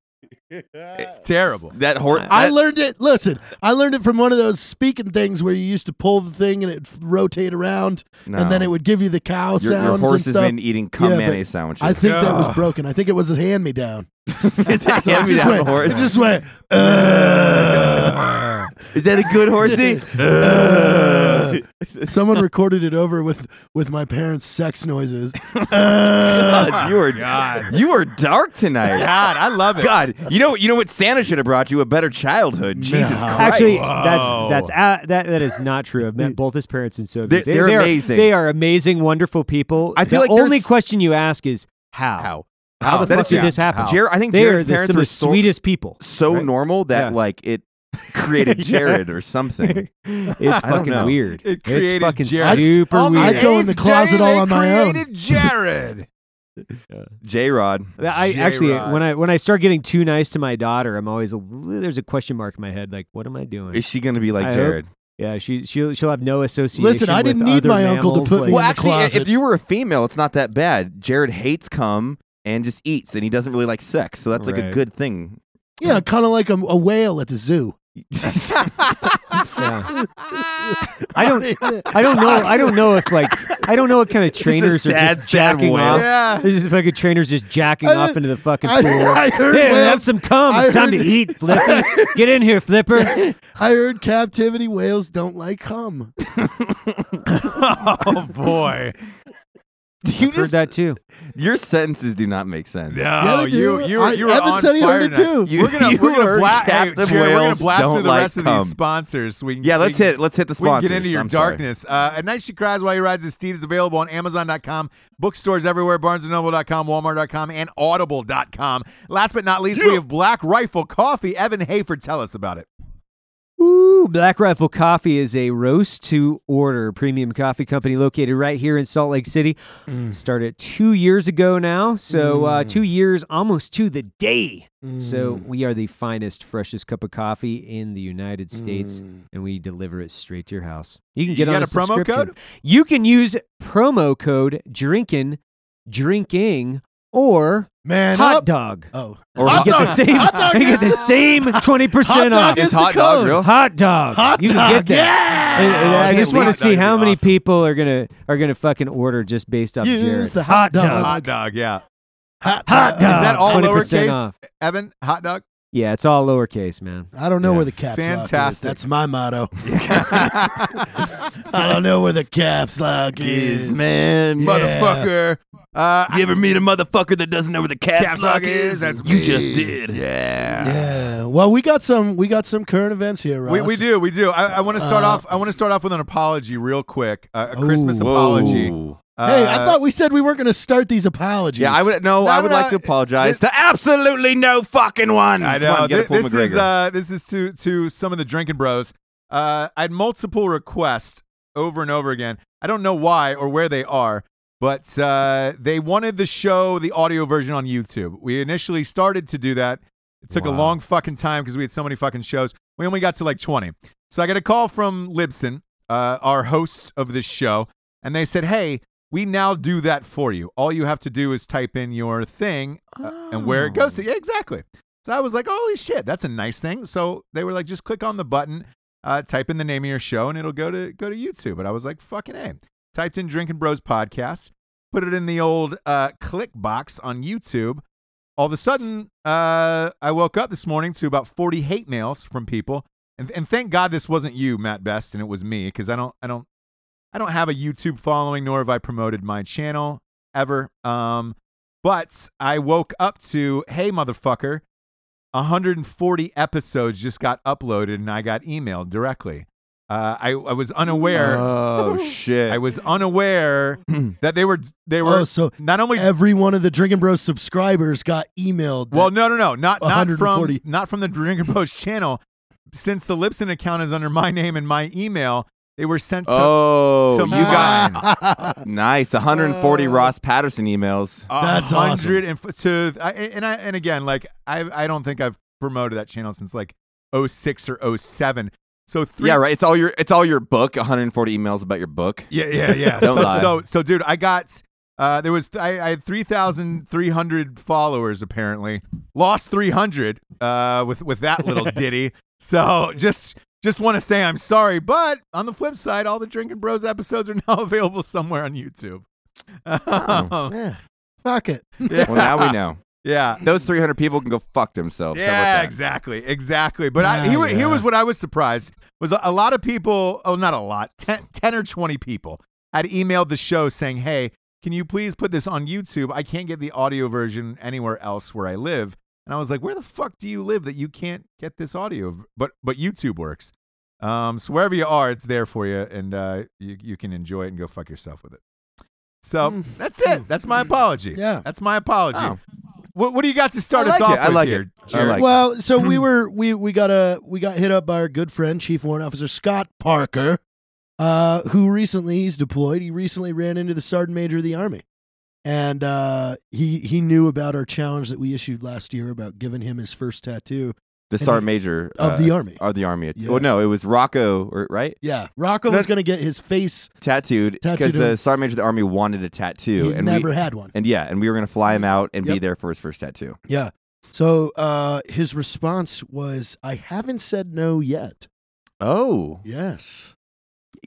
Speaker 2: Yeah,
Speaker 3: It's terrible.
Speaker 2: that horse.
Speaker 4: I learned it. Listen, I learned it from one of those speaking things where you used to pull the thing and it rotate around, and then it would give you the cow
Speaker 2: Your, your
Speaker 4: sounds
Speaker 2: horse
Speaker 4: and
Speaker 2: has
Speaker 4: stuff.
Speaker 2: been eating cum
Speaker 4: Yeah, but
Speaker 2: mayonnaise sandwiches.
Speaker 4: I think that was broken. I think it was a hand me down.
Speaker 2: it's a
Speaker 4: So it just
Speaker 2: hand-me-down
Speaker 4: went.
Speaker 2: horse.
Speaker 4: It just went. "Uh."
Speaker 2: Is that a good horsey?
Speaker 4: Uh. Someone recorded it over with with my parents' sex noises. Uh.
Speaker 2: God, you are
Speaker 3: Oh, God.
Speaker 2: you are dark tonight.
Speaker 3: God, I love it.
Speaker 2: God, you know you know what Santa should have brought you a better childhood. Jesus
Speaker 4: No.
Speaker 2: Christ!
Speaker 5: Actually,
Speaker 3: Whoa.
Speaker 5: that's that's uh, that that is not true. I've met both his parents and so
Speaker 2: They- they're
Speaker 5: are,
Speaker 2: amazing.
Speaker 5: They are amazing, wonderful people.
Speaker 2: I feel
Speaker 5: the
Speaker 2: like there's-
Speaker 5: only question you ask is how.
Speaker 2: How?
Speaker 5: How the
Speaker 2: That
Speaker 5: fuck
Speaker 2: is
Speaker 5: did
Speaker 2: true.
Speaker 5: this happen?
Speaker 3: How?
Speaker 2: Jared, I think
Speaker 5: They are
Speaker 2: Jared's
Speaker 5: the,
Speaker 2: parents
Speaker 5: some
Speaker 2: were
Speaker 5: of the
Speaker 2: so-
Speaker 5: sweetest people.
Speaker 2: so
Speaker 5: Right.
Speaker 2: normal that
Speaker 5: Yeah.
Speaker 2: like it created
Speaker 5: Yeah.
Speaker 2: Jared or something.
Speaker 5: it's
Speaker 2: don't
Speaker 5: fucking
Speaker 2: know.
Speaker 5: weird.
Speaker 3: It
Speaker 5: it's
Speaker 3: created
Speaker 5: fucking
Speaker 3: Jared.
Speaker 5: super
Speaker 3: On
Speaker 5: weird.
Speaker 3: the
Speaker 4: I'd go in the
Speaker 3: eighth
Speaker 4: closet
Speaker 3: day,
Speaker 4: all
Speaker 3: they
Speaker 4: on my own.
Speaker 3: created Jared.
Speaker 2: J Rod.
Speaker 5: That- I actually,
Speaker 3: J-Rod.
Speaker 5: when I when I start getting too nice to my daughter, I'm always a, li- there's a question mark in my head, like, what am I doing?
Speaker 2: Is she gonna be like
Speaker 5: I hope-
Speaker 2: Jared?
Speaker 5: yeah, she she'll she'll have no association.
Speaker 4: Listen, I
Speaker 5: with
Speaker 4: didn't need
Speaker 5: other
Speaker 4: my uncle to
Speaker 5: mammals,
Speaker 4: put
Speaker 5: like-
Speaker 4: me
Speaker 2: Well,
Speaker 4: in the
Speaker 2: actually, i- if
Speaker 4: closet.
Speaker 2: you were a female, it's not that bad. Jared hates cum and just eats, and he doesn't really like sex, so that's like a
Speaker 5: Right.
Speaker 2: good thing.
Speaker 4: Yeah, kind of like a, a whale at the zoo.
Speaker 5: yeah. I don't I don't know I don't know if like I don't know what kind of trainers are
Speaker 2: sad, sad
Speaker 5: just jacking
Speaker 2: whale.
Speaker 5: off.
Speaker 3: Yeah.
Speaker 5: There's just fucking trainers just jacking
Speaker 4: I
Speaker 5: off
Speaker 4: did-
Speaker 5: into the fucking
Speaker 4: I,
Speaker 5: pool.
Speaker 4: I heard
Speaker 5: Hey, have
Speaker 4: whales,
Speaker 5: some cum.
Speaker 4: I
Speaker 5: It's time to
Speaker 4: heard-
Speaker 5: eat, Flipper. Get in here, Flipper.
Speaker 4: I heard captivity whales don't like cum.
Speaker 3: Oh boy.
Speaker 2: You
Speaker 5: Heard
Speaker 2: just,
Speaker 5: that too.
Speaker 2: your sentences do not make sense.
Speaker 3: No,
Speaker 4: they
Speaker 3: you
Speaker 4: do.
Speaker 3: you
Speaker 4: I-
Speaker 3: you were
Speaker 4: Evan
Speaker 3: on
Speaker 4: said he
Speaker 3: fire
Speaker 4: heard it too.
Speaker 3: tonight.
Speaker 2: You-
Speaker 3: we're gonna
Speaker 2: you
Speaker 3: we're gonna
Speaker 2: heard
Speaker 3: bla- hey,
Speaker 2: captive
Speaker 3: Jared, we're gonna
Speaker 2: whales
Speaker 3: blast through
Speaker 2: don't
Speaker 3: the
Speaker 2: like
Speaker 3: rest of
Speaker 2: cum.
Speaker 3: these sponsors. So we can,
Speaker 2: Yeah,
Speaker 3: we
Speaker 2: let's
Speaker 3: can-
Speaker 2: hit. Let's hit the
Speaker 3: We can
Speaker 2: sponsors.
Speaker 3: get into your
Speaker 2: I'm sorry.
Speaker 3: darkness. Uh, At Night She Cries While He Rides His Steed is available on Amazon.com, bookstores everywhere, BarnesandNoble.com, Walmart.com, and Audible.com. Last but not least, we have Black Rifle Coffee. Evan Hayford, tell us about it.
Speaker 5: Ooh, Black Rifle Coffee is a roast to order premium coffee company located right here in Salt Lake City. Started two years ago now. So, uh, two years almost to the day. So, we are the finest, freshest cup of coffee in the United States, and we deliver it straight to your house. You can
Speaker 3: You
Speaker 5: get on
Speaker 3: got a promo
Speaker 5: subscription.
Speaker 3: code?
Speaker 5: You can use promo code drinking, drinking, or
Speaker 4: Man
Speaker 5: hot
Speaker 4: up.
Speaker 5: dog.
Speaker 4: Oh,
Speaker 2: Or
Speaker 5: You
Speaker 2: hot,
Speaker 5: get the
Speaker 4: dog.
Speaker 5: same.
Speaker 4: Hot dog
Speaker 5: you get
Speaker 4: is-
Speaker 5: the same twenty percent off.
Speaker 4: dog
Speaker 2: is hot
Speaker 4: the
Speaker 2: dog
Speaker 4: code.
Speaker 2: real?
Speaker 5: Hot dog.
Speaker 4: Hot
Speaker 5: you
Speaker 4: dog,
Speaker 5: Can get that.
Speaker 4: yeah!
Speaker 5: And- and
Speaker 3: Oh,
Speaker 5: I
Speaker 3: can't
Speaker 5: just want
Speaker 3: wait.
Speaker 5: to see
Speaker 3: Hot
Speaker 5: how
Speaker 3: dog
Speaker 5: many
Speaker 3: would be
Speaker 5: people are gonna are gonna fucking order just based off
Speaker 4: Use
Speaker 5: Jared.
Speaker 4: the hot dog.
Speaker 3: Hot dog, yeah.
Speaker 5: Hot
Speaker 3: Is that
Speaker 4: Oh,
Speaker 3: all
Speaker 5: 20%
Speaker 3: lowercase?
Speaker 5: off.
Speaker 3: Evan, hot dog.
Speaker 5: Yeah, it's all lowercase, man.
Speaker 4: I don't know
Speaker 5: Yeah.
Speaker 4: where the caps lock is.
Speaker 3: Fantastic.
Speaker 4: That's my motto. I don't know where the caps lock is.
Speaker 2: man.
Speaker 3: Motherfucker. Uh,
Speaker 2: You ever meet a motherfucker that doesn't know where the caps,
Speaker 3: Caps lock is? That's
Speaker 2: you
Speaker 3: me.
Speaker 2: just did. Yeah.
Speaker 4: Yeah. Well, we got some. We got some current events here, Ross.
Speaker 3: We, we do, we do. I, I want to start
Speaker 4: Uh,
Speaker 3: off. I want to start off with an apology, real quick. Uh, a
Speaker 4: Ooh.
Speaker 3: Christmas apology.
Speaker 4: Hey,
Speaker 3: Uh,
Speaker 4: I thought we said we weren't going to start these apologies.
Speaker 2: Yeah, I would no.
Speaker 3: No,
Speaker 2: I would
Speaker 3: no,
Speaker 2: like to
Speaker 3: it-
Speaker 2: apologize to absolutely no fucking one.
Speaker 3: I
Speaker 2: Come
Speaker 3: know.
Speaker 2: on, get
Speaker 3: Th-
Speaker 2: a Paul
Speaker 3: this
Speaker 2: McGregor.
Speaker 3: is uh, this is to to some of the drinking bros. Uh, I had multiple requests over and over again. I don't know why or where they are, but uh, they wanted the show, the audio version on YouTube. We initially started to do that. It took a
Speaker 2: Wow.
Speaker 3: long fucking time because we had so many fucking shows. We only got to like 20. So I got a call from Libsyn, uh, our host of this show, and they said, hey, we now do that for you. All you have to do is type in your thing uh, and where it
Speaker 5: Oh.
Speaker 3: goes to. Yeah, exactly. So I was like, holy shit, that's a nice thing. So they were like, just click on the button, uh, type in the name of your show, and it'll go to go to YouTube. And I was like, fucking A. Typed in Drinking Bros Podcast, put it in the old uh, click box on YouTube. All of a sudden, uh, I woke up this morning to about 40 hate mails from people. And, and thank God this wasn't you, Matt Best, and it was me, because I don't, I don't, I don't have a YouTube following, nor have I promoted my channel ever. Um, but I woke up to, hey, motherfucker, 140 episodes just got uploaded and I got emailed directly. Uh, I, I was unaware.
Speaker 2: Oh shit!
Speaker 3: I was unaware that they were they were
Speaker 4: oh, so
Speaker 3: not only
Speaker 4: every one of the Drinking Bros subscribers got emailed. that-
Speaker 3: well no no no not not from
Speaker 4: 140.
Speaker 3: not from the Drinking Bros channel since the Lipson account is under my name and my email they were sent to Uh,
Speaker 2: oh,
Speaker 3: so
Speaker 2: you got
Speaker 4: got
Speaker 2: nice. 140 Ross Patterson emails.
Speaker 3: a
Speaker 4: That's awesome.
Speaker 3: hundred and f- to I, and I and again like I I don't think I've promoted that channel since like 06 or 07 so three
Speaker 2: yeah, right. It's all your it's all your book. 140 emails about your book.
Speaker 3: Yeah, yeah, yeah.
Speaker 2: Don't
Speaker 3: so,
Speaker 2: lie.
Speaker 3: so, so, dude, I got uh, there was I, I had three thousand three hundred followers apparently. Lost three hundred uh, with with that little ditty. So just just want to say I'm sorry, but on the flip side, all the Drinking Bros episodes are now available somewhere on YouTube. Um,
Speaker 4: yeah. Fuck it.
Speaker 3: yeah,
Speaker 2: Well, now we know.
Speaker 3: yeah.
Speaker 2: Those 300 people can go fuck themselves. How about
Speaker 3: Yeah,
Speaker 2: that?
Speaker 3: exactly, exactly. But I,
Speaker 4: Yeah,
Speaker 3: here, wa-
Speaker 4: yeah.
Speaker 3: here was what I was surprised was a, a lot of people. Oh, not a lot. 10, 10 or twenty people had emailed the show saying, "Hey, can you please put this on YouTube? I can't get the audio version anywhere else where I live." And I was like, "Where the fuck do you live that you can't get this audio?" v- But but YouTube works. Um, so wherever you are, it's there for you, and uh, you you can enjoy it and go fuck yourself with it. So
Speaker 4: Mm.
Speaker 3: that's it. That's my apology.
Speaker 4: Yeah.
Speaker 3: that's my apology.
Speaker 2: Oh.
Speaker 3: What, what do you got to start
Speaker 2: I
Speaker 3: us
Speaker 2: like
Speaker 3: off
Speaker 2: it. I
Speaker 3: with
Speaker 2: like
Speaker 3: here,
Speaker 2: it. I
Speaker 3: Jared?
Speaker 2: like hmm. it.
Speaker 4: well, so we were we we got a we got hit up by our good friend Chief Warrant Officer Scott Parker, uh, who recently he's deployed. He recently ran into the Sergeant Major of the Army, and uh, he he knew about our challenge that we issued last year about giving him his first tattoo
Speaker 2: The Sergeant Major
Speaker 4: of
Speaker 2: uh,
Speaker 4: the Army.
Speaker 2: of the army.
Speaker 4: Yeah.
Speaker 2: Well, no, it was Rocco, or, right?
Speaker 4: yeah, Rocco
Speaker 2: No-
Speaker 4: was going to get his face.
Speaker 2: Tattooed because
Speaker 4: Tattooed him.
Speaker 2: the Sergeant Major of the Army wanted a tattoo,
Speaker 4: He
Speaker 2: and
Speaker 4: never
Speaker 2: we
Speaker 4: had one.
Speaker 2: and yeah, and we were gonna fly him out and be
Speaker 4: Yep.
Speaker 2: there for his first tattoo.
Speaker 4: Yeah. So uh, his response was, "I haven't said no yet."
Speaker 2: Oh,
Speaker 4: Yes.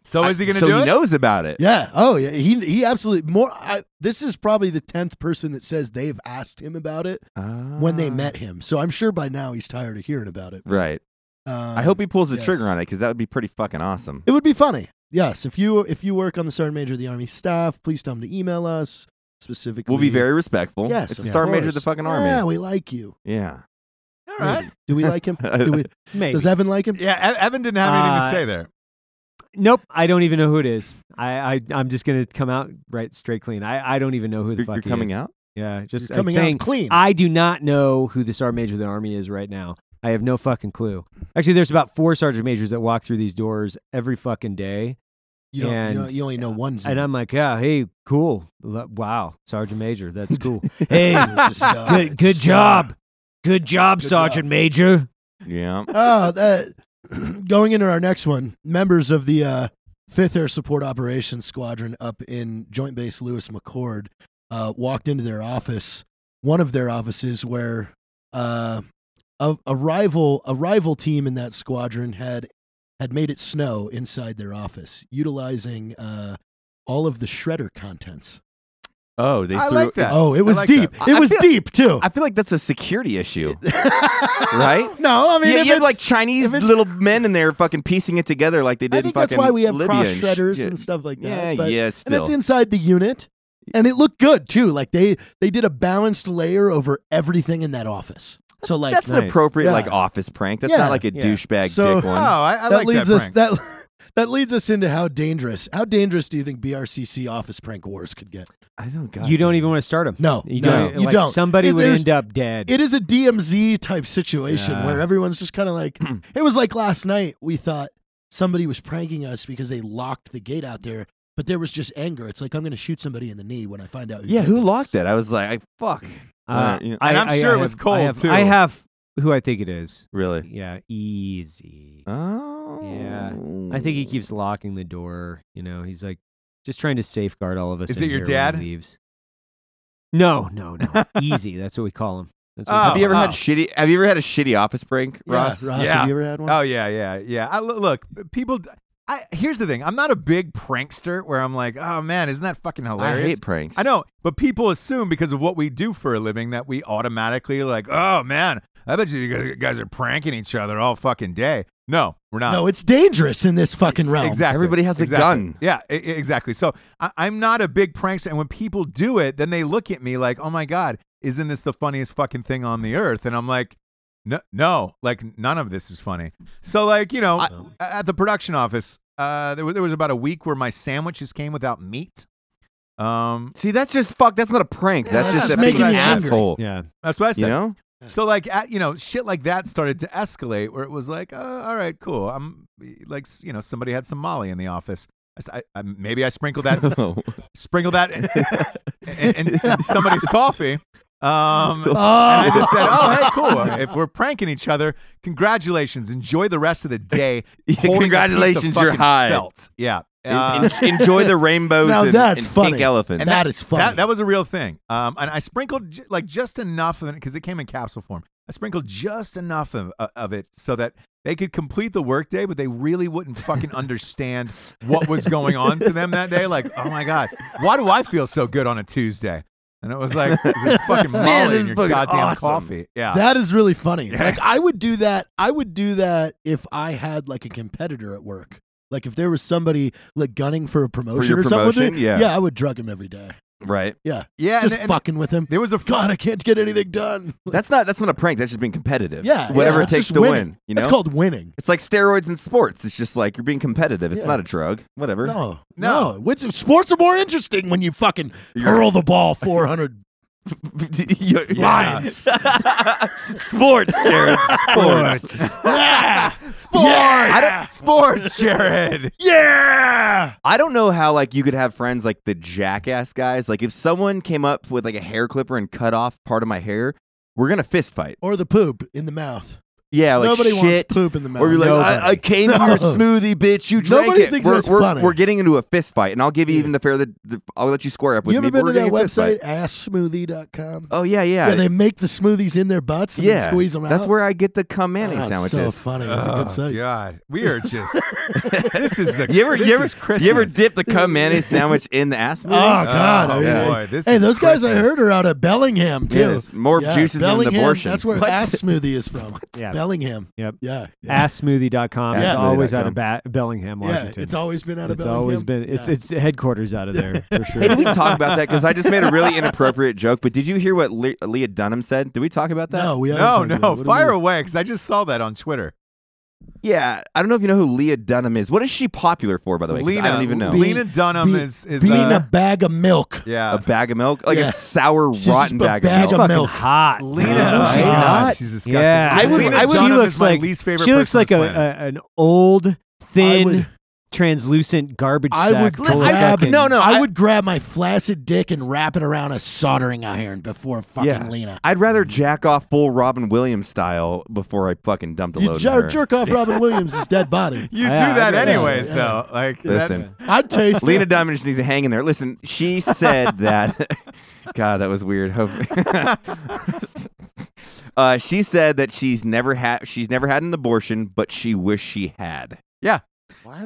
Speaker 3: So is he going to
Speaker 2: so
Speaker 3: do
Speaker 2: he
Speaker 3: it?
Speaker 2: knows about it.
Speaker 4: Yeah. Oh, yeah. He he absolutely more. I, this is probably the tenth person that says they've asked him about it when they
Speaker 2: Ah.
Speaker 4: met him. So I'm sure by now he's tired of hearing about it.
Speaker 2: Right.
Speaker 4: Um,
Speaker 2: I hope he pulls the
Speaker 4: yes.
Speaker 2: trigger on it because that would be pretty fucking awesome.
Speaker 4: It would be funny. Yes. If you if you work on the sergeant major of the army staff, please tell him to email us specifically.
Speaker 2: We'll be very respectful.
Speaker 4: Yes.
Speaker 2: It's
Speaker 4: of
Speaker 2: the Sergeant Major
Speaker 4: course.
Speaker 2: of the fucking
Speaker 4: Yeah,
Speaker 2: Army.
Speaker 4: we like you.
Speaker 2: Yeah.
Speaker 3: All right.
Speaker 4: Maybe. Do we like him? Do we,
Speaker 5: Maybe.
Speaker 4: does Evan like him?
Speaker 3: Yeah, E- Evan didn't have anything
Speaker 5: Uh,
Speaker 3: to say there.
Speaker 5: Nope, I don't even know who it is. I, I I'm just gonna come out right straight clean. I, I don't even know who the
Speaker 2: You're,
Speaker 5: fuck
Speaker 2: you're
Speaker 5: he
Speaker 2: coming
Speaker 5: is.
Speaker 2: out?
Speaker 5: Yeah, just
Speaker 4: You're
Speaker 5: like,
Speaker 4: coming
Speaker 5: saying
Speaker 4: out clean.
Speaker 5: I do not know who the sergeant major of the army is right now. I have no fucking clue. Actually, there's about four sergeant majors that walk through these doors every fucking day,
Speaker 4: you don't.
Speaker 5: and-
Speaker 4: you, don't- you only know one's
Speaker 5: and
Speaker 4: name.
Speaker 5: I'm like, yeah, hey, cool, Lo- wow, sergeant major, that's cool. hey,
Speaker 4: It's a star. It's
Speaker 5: good
Speaker 4: uh,
Speaker 5: good
Speaker 4: a star.
Speaker 5: job, good job,
Speaker 4: Good job.
Speaker 5: sergeant major.
Speaker 2: Yeah.
Speaker 4: oh, that going into our next one, members of the uh, Fifth Air Support Operations Squadron up in Joint Base Lewis McCord uh, walked into their office, one of their offices where uh, a, a rival a rival team in that squadron had had made it snow inside their office, utilizing uh, all of the shredder contents.
Speaker 2: Oh, they
Speaker 3: I
Speaker 2: threw.
Speaker 3: like that.
Speaker 4: Oh,
Speaker 3: I
Speaker 4: it was
Speaker 3: like
Speaker 4: deep.
Speaker 3: that.
Speaker 4: It
Speaker 2: I
Speaker 4: was
Speaker 2: feel-
Speaker 4: deep too.
Speaker 2: I feel like that's a security issue, right?
Speaker 4: no, I mean,
Speaker 2: yeah,
Speaker 4: if
Speaker 2: you have
Speaker 4: it's-
Speaker 2: like Chinese
Speaker 4: if it's-
Speaker 2: little men in there fucking piecing it together like they did.
Speaker 4: I
Speaker 2: in
Speaker 4: think that's
Speaker 2: fucking
Speaker 4: why we have
Speaker 2: Libya
Speaker 4: cross
Speaker 2: and
Speaker 4: shredders
Speaker 2: shit.
Speaker 4: and stuff like
Speaker 2: Yeah,
Speaker 4: that. but-
Speaker 2: yeah,
Speaker 4: And
Speaker 2: still.
Speaker 4: that's inside the unit. And it looked good too. Like they they did a balanced layer over everything in that office. So like
Speaker 2: that's an
Speaker 5: Nice.
Speaker 2: appropriate like
Speaker 4: Yeah.
Speaker 2: office prank. That's
Speaker 4: Yeah.
Speaker 2: not like a
Speaker 5: Yeah.
Speaker 2: douchebag
Speaker 4: So-
Speaker 2: dick
Speaker 3: Oh,
Speaker 2: one.
Speaker 3: I, I
Speaker 4: that
Speaker 3: like
Speaker 4: leads
Speaker 3: that
Speaker 4: us
Speaker 3: prank.
Speaker 4: that that leads us into how dangerous how dangerous do you think BRCC office prank wars could get?
Speaker 2: I don't. God
Speaker 5: You don't even want to start him.
Speaker 4: No,
Speaker 5: you
Speaker 4: no,
Speaker 5: don't.
Speaker 4: you
Speaker 5: like,
Speaker 4: don't.
Speaker 5: Somebody
Speaker 4: If
Speaker 5: would
Speaker 4: there's-
Speaker 5: end up dead.
Speaker 4: It is a DMZ type situation
Speaker 5: Yeah.
Speaker 4: where everyone's just kind of like it was like last night we thought somebody was pranking us because they locked the gate out there, but there was just anger. It's like I'm going to shoot somebody in the knee when I find out.
Speaker 2: Yeah, who
Speaker 4: did this.
Speaker 2: locked that? I was like, I, fuck.
Speaker 5: Uh,
Speaker 2: Uh, you know-
Speaker 5: I-
Speaker 3: And I'm
Speaker 5: I-
Speaker 3: sure
Speaker 5: I
Speaker 3: it was
Speaker 5: have-
Speaker 3: cold,
Speaker 5: I have,
Speaker 3: too.
Speaker 5: I have who I think it is.
Speaker 2: Really?
Speaker 5: Yeah, easy.
Speaker 2: Oh.
Speaker 5: I think he
Speaker 3: Mm.
Speaker 5: keeps locking the door. You know, he's like just trying to safeguard all of us.
Speaker 3: Is
Speaker 5: in
Speaker 3: it your
Speaker 5: here when he
Speaker 3: dad?
Speaker 5: Leaves. No, no, no. easy. That's what we call him. That's what we
Speaker 3: Oh,
Speaker 5: call
Speaker 2: Have you ever
Speaker 5: him.
Speaker 2: had
Speaker 3: oh.
Speaker 2: shitty? Have you ever had a shitty office break,
Speaker 4: Yeah,
Speaker 2: Ross?
Speaker 4: Ross,
Speaker 3: Yeah.
Speaker 4: have you ever had one?
Speaker 3: Oh yeah, yeah, yeah. I, lo- look, people. d- I here's the thing. I'm not a big prankster where I'm like, oh man, isn't that fucking
Speaker 2: I
Speaker 3: hilarious?
Speaker 2: hate pranks.
Speaker 3: I know, but people assume because of what we do for a living that we automatically like, oh man, I bet you guys are pranking each other all fucking day. No, we're not.
Speaker 4: No, it's dangerous in this fucking realm.
Speaker 3: Exactly.
Speaker 2: Everybody has a
Speaker 3: Exactly.
Speaker 2: gun.
Speaker 3: Yeah, e- e- exactly. So I- I'm not a big prankster, and when people do it, then they look at me like, "Oh my god, isn't this the funniest fucking thing on the earth?" And I'm like, "No, no, like none of this is funny." So like you know,
Speaker 2: I-
Speaker 3: a- at the production office, uh, there, wa- there was about a week where my sandwiches came without meat. Um,
Speaker 2: See, that's just fuck. That's not a prank.
Speaker 4: Yeah,
Speaker 2: that's
Speaker 4: that's
Speaker 2: just a
Speaker 4: just
Speaker 2: being
Speaker 4: making
Speaker 2: an
Speaker 4: me angry.
Speaker 2: asshole.
Speaker 5: Yeah.
Speaker 3: that's what I said.
Speaker 2: You know?
Speaker 3: So like uh, you know, shit like that started to escalate where it was like, uh, all right, cool. I'm like s- you know, somebody had some Molly in the office. I s I I maybe I sprinkled that sprinkle that in, in, in somebody's coffee. Um,
Speaker 4: Oh,
Speaker 3: and I just said, "Oh, hey, cool! If we're pranking each other, congratulations! Enjoy the rest of the day."
Speaker 2: Yeah,
Speaker 3: holding a piece of
Speaker 2: congratulations, you're
Speaker 3: fucking
Speaker 2: high.
Speaker 3: Felt, yeah.
Speaker 2: En-
Speaker 3: Uh,
Speaker 2: en- enjoy the rainbows
Speaker 4: Now
Speaker 2: and,
Speaker 4: that's
Speaker 2: and pink
Speaker 4: funny.
Speaker 2: elephants.
Speaker 4: and that is funny.
Speaker 3: that, that was a real thing. Um, and I sprinkled j- like just enough of it because it came in capsule form. I sprinkled just enough of, uh, of it so that they could complete the workday, but they really wouldn't fucking understand what was going on to them that day. Like, oh my god, why do I feel so good on a Tuesday? And it was like there's fucking
Speaker 2: Man,
Speaker 3: Molly
Speaker 2: this
Speaker 3: in
Speaker 2: is
Speaker 3: your
Speaker 2: fucking
Speaker 3: goddamn
Speaker 2: awesome.
Speaker 3: coffee. Yeah,
Speaker 4: that is really funny.
Speaker 3: Yeah.
Speaker 4: Like I would do that. I would do that if I had like a competitor at work. Like if there was somebody like gunning for a promotion or something. with
Speaker 2: promotion?
Speaker 4: me,
Speaker 2: Yeah.
Speaker 4: yeah, I would drug him every day.
Speaker 2: right.
Speaker 4: Yeah,
Speaker 3: yeah.
Speaker 4: just
Speaker 3: and, and
Speaker 4: fucking with him.
Speaker 3: there was a fr-
Speaker 4: God, I can't get anything done.
Speaker 2: That's not that's not a prank. That's just being competitive.
Speaker 4: Yeah,
Speaker 2: Whatever
Speaker 4: yeah,
Speaker 2: it
Speaker 4: it's
Speaker 2: takes
Speaker 4: just
Speaker 2: to
Speaker 4: winning.
Speaker 2: win. You know?
Speaker 4: That's called winning.
Speaker 2: it's like steroids in sports. It's just like you're being competitive. It's
Speaker 4: Yeah.
Speaker 2: not a drug. Whatever.
Speaker 4: No,
Speaker 3: No.
Speaker 4: no. What's- sports are more interesting when you fucking
Speaker 2: You're-
Speaker 4: hurl the ball 400
Speaker 2: You-
Speaker 4: Lines.
Speaker 2: sports, Jared. Sports.
Speaker 4: yeah,
Speaker 3: sports,
Speaker 4: I
Speaker 3: sports, Jared.
Speaker 4: yeah.
Speaker 2: I don't know how like you could have friends like the jackass guys. Like if someone came up with like a hair clipper and cut off part of my hair, we're gonna fist fight.
Speaker 4: Or the poop in the mouth.
Speaker 2: Yeah, like
Speaker 4: Nobody wants
Speaker 2: shit.
Speaker 4: poop in the mouth.
Speaker 2: Or you're like,
Speaker 4: Nobody.
Speaker 2: I, I came from your
Speaker 4: No.
Speaker 2: smoothie, bitch. You drank
Speaker 4: Nobody
Speaker 2: it.
Speaker 4: thinks
Speaker 2: we're,
Speaker 4: that's
Speaker 2: we're,
Speaker 4: funny.
Speaker 2: we're getting into a fist fight, and I'll give you
Speaker 4: Yeah.
Speaker 2: even the fair. The, the, I'll let you square up with
Speaker 4: you ever
Speaker 2: me. but
Speaker 4: been to
Speaker 2: we're
Speaker 4: that
Speaker 2: getting a fist fight.
Speaker 4: website, asssmoothie.com?
Speaker 2: Oh yeah, yeah.
Speaker 4: yeah, they make the smoothies in their butts and
Speaker 2: Yeah,
Speaker 4: then squeeze them out.
Speaker 2: That's where I get the cum mayonnaise
Speaker 4: oh, it's so
Speaker 2: sandwiches.
Speaker 4: funny. That's a
Speaker 3: oh,
Speaker 4: good site.
Speaker 3: God, we are just. this is the.
Speaker 2: you ever,
Speaker 3: this
Speaker 2: you ever,
Speaker 3: is Christmas.
Speaker 2: you ever dip the cum mayonnaise sandwich in the ass?
Speaker 4: Oh,
Speaker 2: movie?
Speaker 4: God. I
Speaker 3: Oh,
Speaker 4: mean,
Speaker 3: boy,
Speaker 4: I-
Speaker 3: this
Speaker 4: hey,
Speaker 3: is
Speaker 4: those guys I
Speaker 3: Christmas.
Speaker 4: heard are out of Bellingham,
Speaker 2: Yeah,
Speaker 4: too.
Speaker 2: there's more
Speaker 4: Yeah,
Speaker 2: juices than an
Speaker 4: Bellingham,
Speaker 2: abortion.
Speaker 4: That's where
Speaker 2: What?
Speaker 4: ass smoothie is from.
Speaker 5: Yeah.
Speaker 4: Bellingham.
Speaker 5: Yep.
Speaker 4: Yeah. Yeah.
Speaker 5: Asssmoothie.com.
Speaker 4: Yeah.
Speaker 5: It's always out of
Speaker 2: Asssmoothie.com.
Speaker 5: ba- Bellingham, Washington.
Speaker 4: Yeah, it's always been out of
Speaker 5: It's
Speaker 4: Bellingham.
Speaker 5: always been it's
Speaker 4: Yeah.
Speaker 5: it's headquarters out of there for sure.
Speaker 2: Hey, did we talk about that? Because I just made a really inappropriate joke. But did you hear what Le- Leah Dunham said? Did we talk about that?
Speaker 4: No, we haven't
Speaker 3: No,
Speaker 4: talked about it.
Speaker 3: no,
Speaker 4: What do
Speaker 3: fire
Speaker 4: we-
Speaker 3: away because I just saw that on Twitter.
Speaker 2: Yeah, I don't know if you know who Leah Dunham is. What is she popular for, by the way? 'Cause
Speaker 3: Lena,
Speaker 2: I don't even know.
Speaker 4: Be-
Speaker 3: Lena Dunham
Speaker 4: be-
Speaker 3: is is
Speaker 4: Being
Speaker 3: uh,
Speaker 4: a bag of milk.
Speaker 3: yeah.
Speaker 2: a bag of milk, like
Speaker 4: Yeah.
Speaker 2: a sour,
Speaker 4: She's just
Speaker 2: rotten
Speaker 4: a
Speaker 2: bag of
Speaker 4: bag
Speaker 2: milk.
Speaker 5: She's
Speaker 4: of
Speaker 5: fucking
Speaker 4: milk.
Speaker 5: hot.
Speaker 3: Lena,
Speaker 2: No,
Speaker 3: she's
Speaker 2: she's
Speaker 3: not.
Speaker 5: not.
Speaker 3: She's disgusting.
Speaker 5: Yeah,
Speaker 2: I would-
Speaker 3: Lena
Speaker 2: I would-
Speaker 3: Dunham
Speaker 5: she looks
Speaker 3: is my
Speaker 5: like
Speaker 3: least favorite
Speaker 5: she looks
Speaker 3: person on
Speaker 5: like
Speaker 3: this
Speaker 5: a,
Speaker 3: planet.
Speaker 5: a- an old, thin,
Speaker 4: would-
Speaker 5: translucent garbage
Speaker 4: I
Speaker 5: sack.
Speaker 4: would
Speaker 5: full of
Speaker 4: grab
Speaker 5: fucking-
Speaker 2: no, no,
Speaker 4: I,
Speaker 2: I-
Speaker 4: would grab my flaccid dick and wrap it around a soldering iron before fucking
Speaker 2: Yeah.
Speaker 4: Lena.
Speaker 2: I'd rather jack off full Robin Williams style before I fucking dumped a
Speaker 4: You
Speaker 2: load. in
Speaker 4: jer-
Speaker 2: her.
Speaker 4: jerk off Robin Williams' dead body.
Speaker 3: you
Speaker 5: Yeah,
Speaker 3: do
Speaker 5: I
Speaker 3: that
Speaker 5: agree.
Speaker 3: anyways,
Speaker 4: Yeah,
Speaker 3: though. Like
Speaker 2: Listen,
Speaker 4: I'd taste
Speaker 2: Lena
Speaker 4: it.
Speaker 2: Diamond just needs to hang in there. Listen, she said that. God, that was weird. Hope- uh, she said that she's never had she's never had an abortion, but she wished she had.
Speaker 3: that's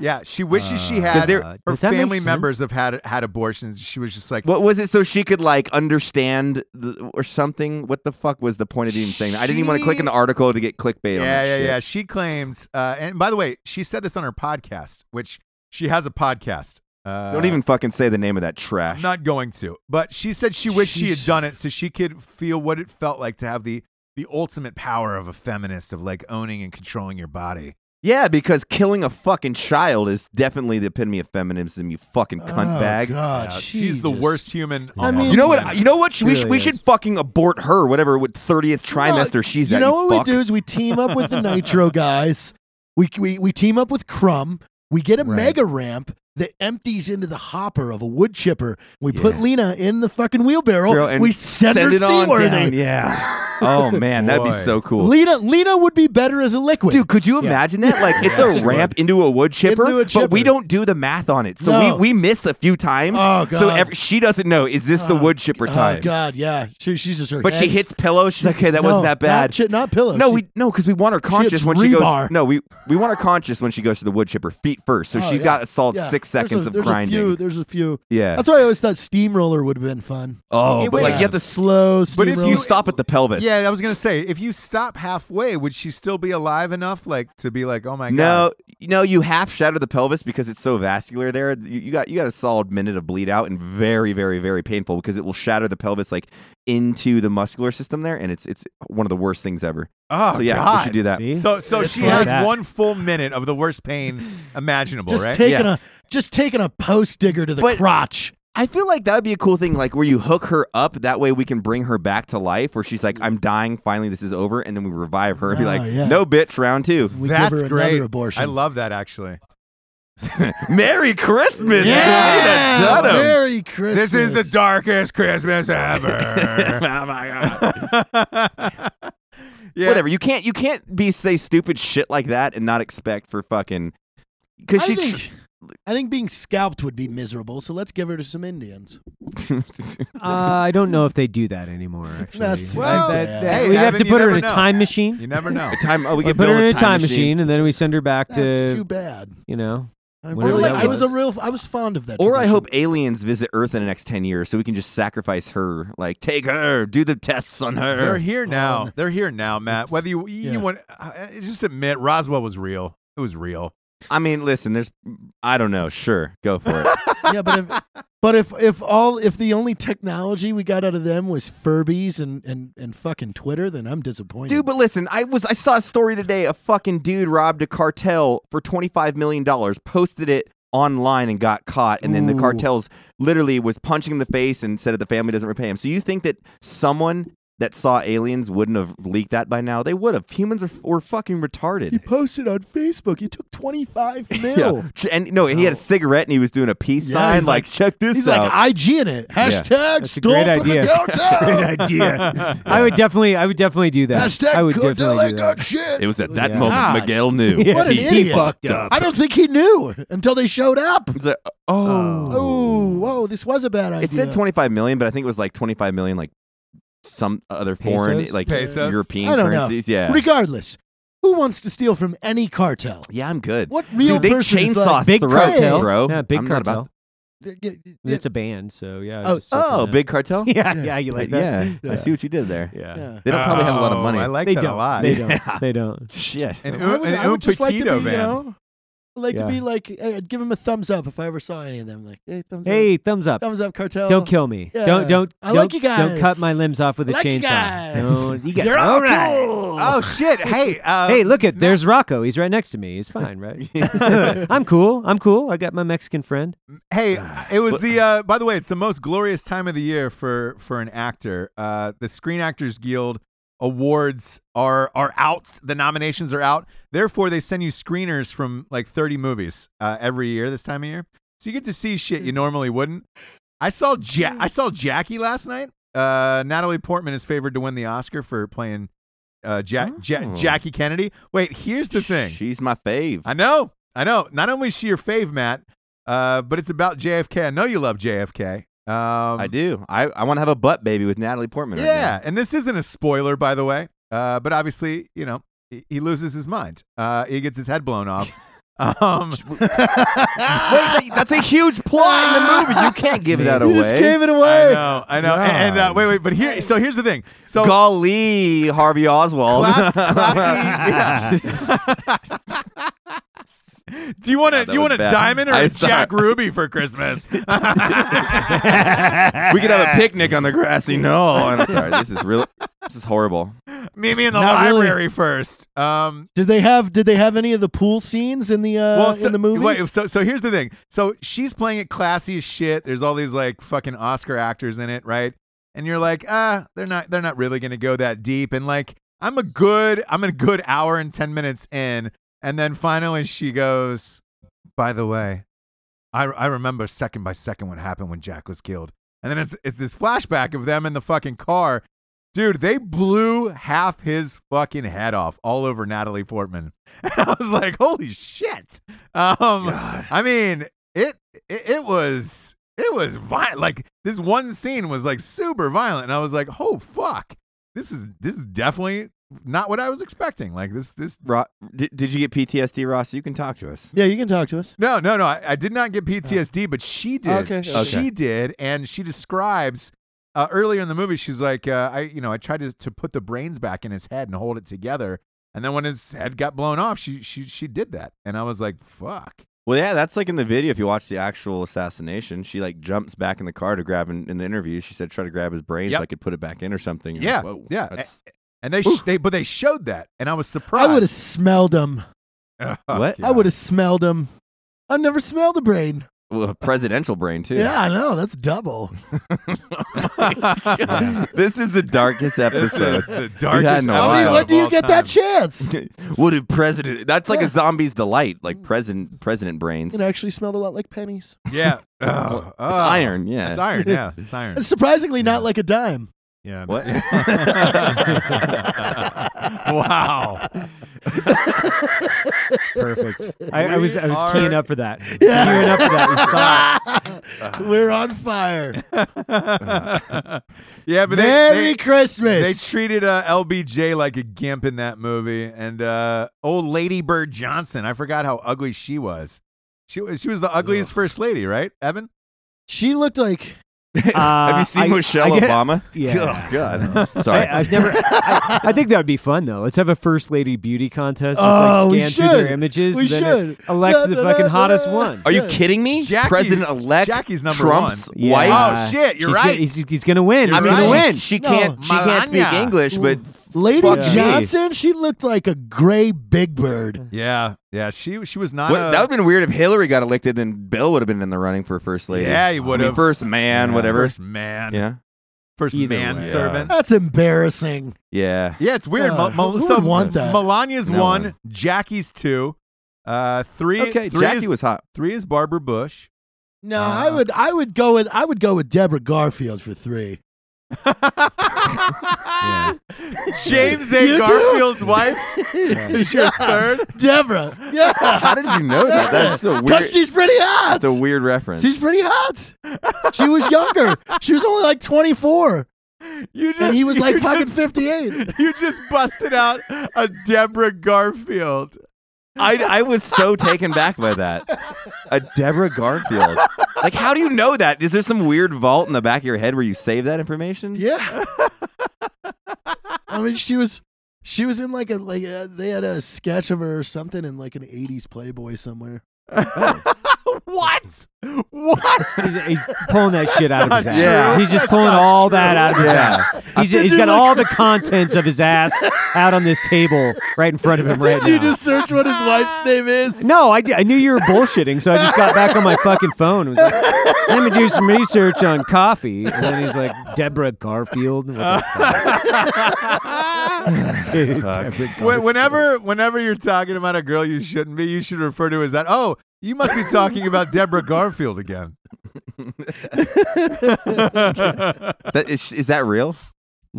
Speaker 3: yeah. She wishes she
Speaker 5: Uh,
Speaker 3: had
Speaker 5: there-
Speaker 3: her
Speaker 5: does that make
Speaker 3: family
Speaker 5: sense?
Speaker 3: members have had had abortions. She was just like,
Speaker 2: What was it? So she could like understand the, or something. What the fuck was the point of even saying that? I didn't even want to click in the
Speaker 3: She-
Speaker 2: article to get clickbait. on
Speaker 3: yeah,
Speaker 2: that
Speaker 3: yeah,
Speaker 2: shit.
Speaker 3: yeah. She claims, uh, and by the way, she said this on her podcast, which she has a podcast. Uh,
Speaker 2: Don't even fucking say the name of that trash.
Speaker 3: I'm not going to. But she said she wished she had
Speaker 4: Jeez.
Speaker 3: done it so she could feel what it felt like to have the the ultimate power of a feminist of like owning and controlling your body.
Speaker 2: yeah, because killing a fucking child is definitely the epitome of feminism. You fucking cunt
Speaker 4: oh,
Speaker 2: bag.
Speaker 4: God,
Speaker 3: Yeah, she's the
Speaker 4: Jesus.
Speaker 3: worst human.
Speaker 5: I
Speaker 3: on
Speaker 5: mean-
Speaker 2: You know what? You know what? We,
Speaker 5: Really
Speaker 2: should we should
Speaker 5: is.
Speaker 2: fucking abort her, whatever, with thirtieth trimester she's
Speaker 4: you
Speaker 2: at.
Speaker 4: know what
Speaker 2: fuck.
Speaker 4: we do is we team up with the Nitro guys. We, we, we team up with Crumb. We get a
Speaker 2: Right.
Speaker 4: mega ramp that empties into the hopper of a wood chipper. We put
Speaker 2: Yeah.
Speaker 4: Lena in the fucking wheelbarrow.
Speaker 2: Girl, and
Speaker 4: we send
Speaker 2: send
Speaker 4: her
Speaker 2: it on
Speaker 4: seaworthy.
Speaker 2: down. Yeah. Oh man, that'd be
Speaker 3: Boy.
Speaker 2: so cool.
Speaker 4: Lena Lena would be better as a liquid.
Speaker 2: Dude, could you
Speaker 5: Yeah.
Speaker 2: imagine that? Like, it's a
Speaker 3: sure.
Speaker 2: ramp into a wood chipper,
Speaker 4: Into a
Speaker 2: but we
Speaker 4: chipper.
Speaker 2: don't do the math on it, so
Speaker 4: No.
Speaker 2: we, we miss a few times.
Speaker 4: Oh,
Speaker 2: So
Speaker 4: God.
Speaker 2: every, she doesn't know. Is this the
Speaker 4: Oh,
Speaker 2: wood chipper
Speaker 4: Oh
Speaker 2: time?
Speaker 4: God, yeah. She, she's just her.
Speaker 2: But she
Speaker 4: head's-
Speaker 2: hits pillow. She's like, okay, that
Speaker 4: No,
Speaker 2: wasn't that
Speaker 4: Not,
Speaker 2: bad.
Speaker 4: chi- not pillows.
Speaker 2: no,
Speaker 4: She-
Speaker 2: we no, because we want her conscious
Speaker 4: hits
Speaker 2: when she goes.
Speaker 4: rebar.
Speaker 2: No, we we want her conscious when she goes to the wood chipper, feet first. So
Speaker 4: oh,
Speaker 2: she
Speaker 4: yeah,
Speaker 2: got a solid
Speaker 4: yeah.
Speaker 2: six
Speaker 4: There's a-
Speaker 2: seconds of
Speaker 4: there's
Speaker 2: grinding.
Speaker 4: A few, there's a few.
Speaker 2: Yeah.
Speaker 4: That's why I always thought steamroller would have been fun.
Speaker 2: oh,
Speaker 3: It
Speaker 2: but
Speaker 3: was-
Speaker 2: like you have to
Speaker 3: Yes.
Speaker 2: s-
Speaker 4: slow
Speaker 3: But if
Speaker 4: steamroller.
Speaker 2: you stop at the pelvis.
Speaker 3: Yeah, I was gonna say, if you stop halfway, would she still be alive enough, like to be like, oh my
Speaker 2: No, you know you half shatter the pelvis because it's so vascular there. You, you got you got a solid minute of bleed out and very very very painful because it will shatter the pelvis like into the muscular system there, and it's it's one of the worst things ever.
Speaker 3: god? Oh
Speaker 2: so yeah,
Speaker 3: god.
Speaker 2: we should do that.
Speaker 5: See?
Speaker 3: So, so
Speaker 4: It's
Speaker 3: she
Speaker 4: like
Speaker 3: has
Speaker 5: that.
Speaker 3: one full minute of the worst pain imaginable,
Speaker 4: just
Speaker 3: right?
Speaker 4: taking
Speaker 2: Yeah.
Speaker 4: a just taking a post digger to the
Speaker 2: But-
Speaker 4: crotch.
Speaker 2: I feel like that would be a cool thing, like where you hook her up. That way, we can bring her back to life, where she's like, "I'm dying. Finally, this is over," and then we revive her and be
Speaker 4: Oh,
Speaker 2: like,
Speaker 4: yeah.
Speaker 2: "No, bitch, round two.
Speaker 4: We
Speaker 3: That's
Speaker 4: give her
Speaker 3: great.
Speaker 4: another abortion.
Speaker 3: I love that actually.
Speaker 2: Merry Christmas,
Speaker 3: Yeah!
Speaker 2: Lena Dunham.
Speaker 4: Merry Christmas.
Speaker 3: This is the darkest Christmas ever.
Speaker 2: oh my god."
Speaker 3: yeah.
Speaker 2: whatever. You can't you can't be say stupid shit like that and not expect for fucking because
Speaker 4: I
Speaker 2: she.
Speaker 4: think, I think being scalped would be miserable, so let's give her to some Indians.
Speaker 2: tr-
Speaker 5: Uh, I don't know if they do that anymore. Actually,
Speaker 4: That's-
Speaker 3: Well, hey,
Speaker 5: we'd have
Speaker 3: Evan,
Speaker 5: to
Speaker 3: you
Speaker 5: put her
Speaker 3: never
Speaker 5: in a
Speaker 3: know.
Speaker 5: time machine.
Speaker 3: You never know.
Speaker 2: time. Oh, we
Speaker 5: We
Speaker 2: get
Speaker 5: put her
Speaker 2: Bill
Speaker 5: in a time machine. and then we send her back
Speaker 4: That's
Speaker 5: to
Speaker 4: too bad.
Speaker 5: you know.
Speaker 4: I,
Speaker 5: Whatever
Speaker 4: really-
Speaker 2: that
Speaker 4: I was a
Speaker 5: was.
Speaker 4: real. I was fond of that.
Speaker 2: Or I
Speaker 4: tradition.
Speaker 2: hope aliens visit Earth in the next ten years, so we can just sacrifice her. Like, take her, do the tests on
Speaker 3: They're
Speaker 2: her.
Speaker 3: here now.
Speaker 4: and-
Speaker 3: They're here now, Matt. Whether you you
Speaker 4: Yeah.
Speaker 3: want uh, just admit Roswell was real. It was real.
Speaker 2: I mean, listen. There's, I don't know. Sure, go for it.
Speaker 4: yeah, but if, but if if all if the only technology we got out of them was Furbies and and and fucking Twitter, then I'm disappointed.
Speaker 2: Dude, but listen, I was I saw a story today. A fucking dude robbed a cartel for twenty five million dollars, posted it online and got caught, and then the
Speaker 4: Ooh.
Speaker 2: cartels literally was punching him in the face and said that the family doesn't repay him. So you think that someone that saw aliens wouldn't have leaked that by now? They would have. Humans are were fucking
Speaker 4: he
Speaker 2: retarded.
Speaker 4: posted on Facebook. He took 25 mil.
Speaker 2: Ch- and no, and he had a cigarette and he was doing a peace
Speaker 4: Yeah,
Speaker 2: sign.
Speaker 4: he's
Speaker 2: Like,
Speaker 4: like-
Speaker 2: check this
Speaker 4: He's
Speaker 2: out.
Speaker 4: like IG in it. Hashtag
Speaker 5: That's a
Speaker 4: stole
Speaker 5: great
Speaker 4: from
Speaker 5: idea.
Speaker 4: the downtown.
Speaker 5: Great idea. I would definitely, I would definitely do that.
Speaker 4: Hashtag
Speaker 5: I would
Speaker 4: cartel
Speaker 5: definitely
Speaker 4: ain't
Speaker 5: do
Speaker 4: got
Speaker 5: that.
Speaker 4: shit.
Speaker 2: it was at that
Speaker 5: Yeah.
Speaker 2: moment
Speaker 3: God.
Speaker 2: Miguel knew.
Speaker 5: Yeah,
Speaker 4: What an
Speaker 5: he,
Speaker 4: idiot.
Speaker 5: He fucked up.
Speaker 4: I don't think he knew until they showed up.
Speaker 2: He's like, oh.
Speaker 4: Oh, whoa, this was a bad idea.
Speaker 2: It said 25 million, but I think it was like 25 million, like some other foreign,
Speaker 5: Pesos?
Speaker 2: like
Speaker 3: Pesos?
Speaker 2: European
Speaker 4: I don't know.
Speaker 2: currencies. Yeah.
Speaker 4: Regardless, who wants to steal from any cartel?
Speaker 2: yeah, I'm good.
Speaker 4: What real
Speaker 2: Dude, they
Speaker 4: person is
Speaker 2: chainsaw
Speaker 4: like,
Speaker 5: Big
Speaker 2: throats,
Speaker 5: cartel,
Speaker 2: bro.
Speaker 5: Yeah,
Speaker 2: Oh,
Speaker 5: big
Speaker 2: I'm not
Speaker 5: cartel.
Speaker 2: about-
Speaker 4: "Yeah, yeah, yeah,
Speaker 5: It's a band, so yeah.
Speaker 4: Oh,
Speaker 5: just something
Speaker 2: Oh,
Speaker 5: that-
Speaker 2: big cartel?
Speaker 5: Yeah, yeah, you like that?
Speaker 2: Yeah, I
Speaker 4: Yeah.
Speaker 2: see what you did there.
Speaker 5: Yeah,
Speaker 4: yeah."
Speaker 2: They don't probably have a lot of
Speaker 3: Oh,
Speaker 2: money.
Speaker 3: I like
Speaker 5: they
Speaker 3: that
Speaker 5: don't.
Speaker 3: a lot.
Speaker 5: They
Speaker 2: Yeah.
Speaker 5: don't. They don't.
Speaker 2: Shit.
Speaker 3: An,
Speaker 4: I
Speaker 3: un,
Speaker 4: would,
Speaker 3: an
Speaker 4: I would
Speaker 3: un
Speaker 4: just like to be,
Speaker 3: Paquito
Speaker 4: you
Speaker 3: man.
Speaker 4: know, I'd like to
Speaker 5: Yeah.
Speaker 4: be like, hey, I'd give him a thumbs up if I ever saw any of them. Like, hey, thumbs
Speaker 5: Hey, thumbs
Speaker 4: up,
Speaker 5: up.
Speaker 4: thumbs up, cartel.
Speaker 5: Don't kill me.
Speaker 4: Yeah.
Speaker 5: Don't don't.
Speaker 4: I like
Speaker 5: don't-
Speaker 4: you guys.
Speaker 5: Don't cut my limbs off with a
Speaker 4: Like you
Speaker 5: chainsaw.
Speaker 4: guys.
Speaker 5: No, you guys.
Speaker 4: You're all
Speaker 5: all right.
Speaker 4: cool.
Speaker 3: Oh shit! Hey, uh,
Speaker 5: Hey, look at there's Rocco. He's right next to me. He's fine, right? I'm cool. I'm cool. I got my Mexican friend.
Speaker 3: Hey, it was the. Uh, by the way, it's the most glorious time of the year for for an actor. Uh, the Screen Actors Guild awards are are out. The nominations are out. Therefore, they send you screeners from like 30 movies uh, every year this time of year. So you get to see shit you normally wouldn't. I saw ja- I saw Jackie last night. Uh, Natalie Portman is favored to win the Oscar for playing uh, ja- Ja-
Speaker 2: Oh.
Speaker 3: Jackie Kennedy. Wait, here's the thing.
Speaker 2: She's my fave.
Speaker 3: I know. I know. Not only is she your fave, Matt, uh, but it's about JFK. I know you love JFK. Um,
Speaker 2: I do. I, I want to have a butt baby with Natalie Portman. right
Speaker 3: Yeah. and this isn't a spoiler, by the way. Uh, but obviously, you know, he, he loses his mind. Uh, he gets his head blown off. um,
Speaker 2: now. Wait, that- that's a huge plot in the movie. You can't give that
Speaker 4: You
Speaker 2: away.
Speaker 4: just gave it
Speaker 3: I
Speaker 4: away.
Speaker 3: know. I know. And, and, uh,
Speaker 2: God.
Speaker 3: wait, wait. But here, so here's the thing. So
Speaker 2: Golly, Harvey Oswald.
Speaker 3: class, classy. yeah. Do you want
Speaker 2: Yeah,
Speaker 3: a
Speaker 2: that
Speaker 3: you
Speaker 2: was
Speaker 3: want a
Speaker 2: bad.
Speaker 3: diamond or a
Speaker 2: I'm sorry.
Speaker 3: Jack Ruby for Christmas?
Speaker 2: we could have a picnic on the grassy knoll. And I'm sorry, this is really, this is horrible.
Speaker 3: Meet me in the
Speaker 4: Not really.
Speaker 3: library first. Um,
Speaker 4: Did they have? Did they have any of the pool scenes in the uh,
Speaker 3: well, so,
Speaker 4: in the movie?
Speaker 3: wait, so so here's the thing. So she's playing it classy as shit. There's all these like fucking Oscar actors in it, right? And you're like, ah, they're not they're not really gonna go that deep. And like, I'm a good I'm a good hour and ten minutes in, and then finally she goes, by the way, I I remember second by second what happened when Jack was killed. And then it's it's this flashback of them in the fucking car, Dude, they blew half his fucking head off all over Natalie Portman. And I was like, holy shit. Um,
Speaker 2: God.
Speaker 3: I mean, it, it it was it was violent. Like this one scene was like super violent, and I was like, "Oh fuck, this is this is definitely not what I was expecting." Like this this
Speaker 2: Ro- did, did you get PTSD, Ross? You can talk to us.
Speaker 4: Yeah, you can talk to us.
Speaker 3: no no no. I, I did not get PTSD, but she did.
Speaker 4: Oh. Okay, okay.
Speaker 3: she did, and she describes. Uh, earlier in the movie, she's like, uh, "I, you know, I tried to to put the brains back in his head and hold it together, and then when his head got blown off, she she she did that, and I was like, fuck,
Speaker 2: Well, yeah, that's like in the video. If you watch the actual assassination, she like jumps back in the car to grab. In, in the interview, she said try to grab his brains
Speaker 3: Yep.
Speaker 2: so I could put it back in or something. And I'm
Speaker 3: Yeah,
Speaker 2: like, Whoa,
Speaker 3: yeah.
Speaker 2: that's-
Speaker 3: and they sh- they but they showed that, and I was surprised. Oh,
Speaker 4: I would have smelled them.
Speaker 3: have
Speaker 2: What?
Speaker 4: I would have smelled them. I never smelled a brain.
Speaker 2: well, a presidential brain too.
Speaker 4: Yeah, I know. That's double.
Speaker 2: this is the darkest
Speaker 3: This is
Speaker 2: episode.
Speaker 3: the darkest.
Speaker 2: in a
Speaker 3: episode
Speaker 4: I mean,
Speaker 2: Wow.
Speaker 4: when
Speaker 3: of
Speaker 4: do you
Speaker 3: all
Speaker 4: get that
Speaker 3: time.
Speaker 4: chance?
Speaker 2: what did president? That's like
Speaker 4: Yeah.
Speaker 2: a zombie's delight, like president president brains.
Speaker 4: It actually smelled a lot like pennies.
Speaker 3: Yeah,
Speaker 2: Well,
Speaker 3: oh,
Speaker 2: it's
Speaker 3: oh.
Speaker 2: iron. Yeah.
Speaker 3: It's iron. Yeah, it's iron.
Speaker 4: And surprisingly,
Speaker 3: Yeah.
Speaker 4: not like a dime.
Speaker 5: Yeah.
Speaker 2: What?
Speaker 3: wow.
Speaker 5: Perfect. I, I was I was
Speaker 3: We
Speaker 5: keying
Speaker 3: are-
Speaker 5: up for that. I was Keying up for that. We saw it.
Speaker 4: We're on fire.
Speaker 3: yeah, but
Speaker 4: Merry
Speaker 3: they, they,
Speaker 4: Christmas.
Speaker 3: they treated uh, LBJ like a gimp in that movie, and uh, old Lady Bird Johnson. I forgot how ugly she was. She was she was the ugliest first lady, right, Evan?
Speaker 4: she looked like
Speaker 2: Have you
Speaker 5: Uh,
Speaker 2: seen
Speaker 5: I-
Speaker 2: Michelle
Speaker 5: I get-
Speaker 2: Obama?
Speaker 5: Yeah.
Speaker 2: Oh, God. Sorry.
Speaker 5: I, I've never. I, I think that would be fun though. Let's have a first lady beauty contest. Let's
Speaker 4: Oh, we
Speaker 5: like scan through their
Speaker 4: should.
Speaker 5: images.
Speaker 4: We
Speaker 5: and then
Speaker 4: should.
Speaker 5: elect the fucking hottest one.
Speaker 2: Are you kidding me?
Speaker 3: Jackie-
Speaker 2: President elect
Speaker 3: Jackie's number
Speaker 2: Trump's
Speaker 5: Yeah.
Speaker 2: wife.
Speaker 3: Oh, shit, you're
Speaker 5: She's
Speaker 3: right.
Speaker 5: Gonna, he's, he's gonna win.
Speaker 3: You're
Speaker 5: He's
Speaker 3: right.
Speaker 5: gonna win.
Speaker 2: She
Speaker 4: No,
Speaker 2: can't. she can't speak
Speaker 3: Melania.
Speaker 2: English, but
Speaker 4: Lady
Speaker 2: fuck me.
Speaker 4: Johnson. She looked like a gray Big Bird.
Speaker 3: Yeah, yeah. She she was not.
Speaker 2: What-
Speaker 3: a-
Speaker 2: that would have been weird if Hillary got elected. Then Bill would have been in the running for first lady.
Speaker 3: Yeah, he
Speaker 2: I mean,
Speaker 3: would've.
Speaker 2: first man, whatever.
Speaker 3: First man.
Speaker 2: yeah,
Speaker 3: First
Speaker 5: Either
Speaker 3: man
Speaker 5: way.
Speaker 3: servant.
Speaker 4: That's embarrassing.
Speaker 2: yeah.
Speaker 3: Yeah, it's weird.
Speaker 4: Yeah,
Speaker 3: Mel- Mel-
Speaker 4: Uh, who
Speaker 3: so
Speaker 4: would want that?
Speaker 3: Melania's
Speaker 2: No
Speaker 3: one,
Speaker 2: one.
Speaker 3: Jackie's two, uh, three.
Speaker 2: Okay,
Speaker 3: three
Speaker 2: Jackie
Speaker 3: is,
Speaker 2: was hot.
Speaker 3: three is Barbara Bush.
Speaker 4: No,
Speaker 3: Uh,
Speaker 4: I would. I would go with. I would go with Deborah Garfield for three.
Speaker 3: James A.
Speaker 4: You too?
Speaker 3: Garfield's wife is your third.
Speaker 4: Deborah. Yeah.
Speaker 2: How did you know that? That's a weird.
Speaker 4: Because she's pretty hot.
Speaker 2: That's a weird reference.
Speaker 4: She's pretty hot. She was younger. She was only like 24,
Speaker 3: You just
Speaker 4: and he was
Speaker 3: you
Speaker 4: like fucking
Speaker 3: just,
Speaker 4: 58.
Speaker 3: You just busted out a Deborah Garfield.
Speaker 2: I, I was so taken back by that. A Deborah Garfield. Like, how do you know that? Is there some weird vault in the back of your head where you save that information?
Speaker 4: Yeah. I mean, she was she was in like a like a, they had a sketch of her or something in like an 80s Playboy somewhere.
Speaker 3: what? What?
Speaker 5: He's, he's pulling that shit out of his
Speaker 3: not
Speaker 5: ass.
Speaker 2: true.
Speaker 5: He's just pulling all that out of his
Speaker 2: Yeah.
Speaker 5: ass. He's, he's got all the contents of his ass out on this table right in front of him right
Speaker 4: Did you
Speaker 5: now.
Speaker 4: just search what his wife's name is?
Speaker 5: no, I, di- I knew you were bullshitting, so I just got back on my fucking phone. and was like, let me do some research on coffee. And then he's like, Deborah Garfield. What the fuck? Dude, Deborah
Speaker 3: When,
Speaker 5: Garfield.
Speaker 3: whenever, whenever you're talking about a girl you shouldn't be, you should refer to her as that. Oh, you must be talking about Deborah Garfield again.
Speaker 2: That, is, is that real?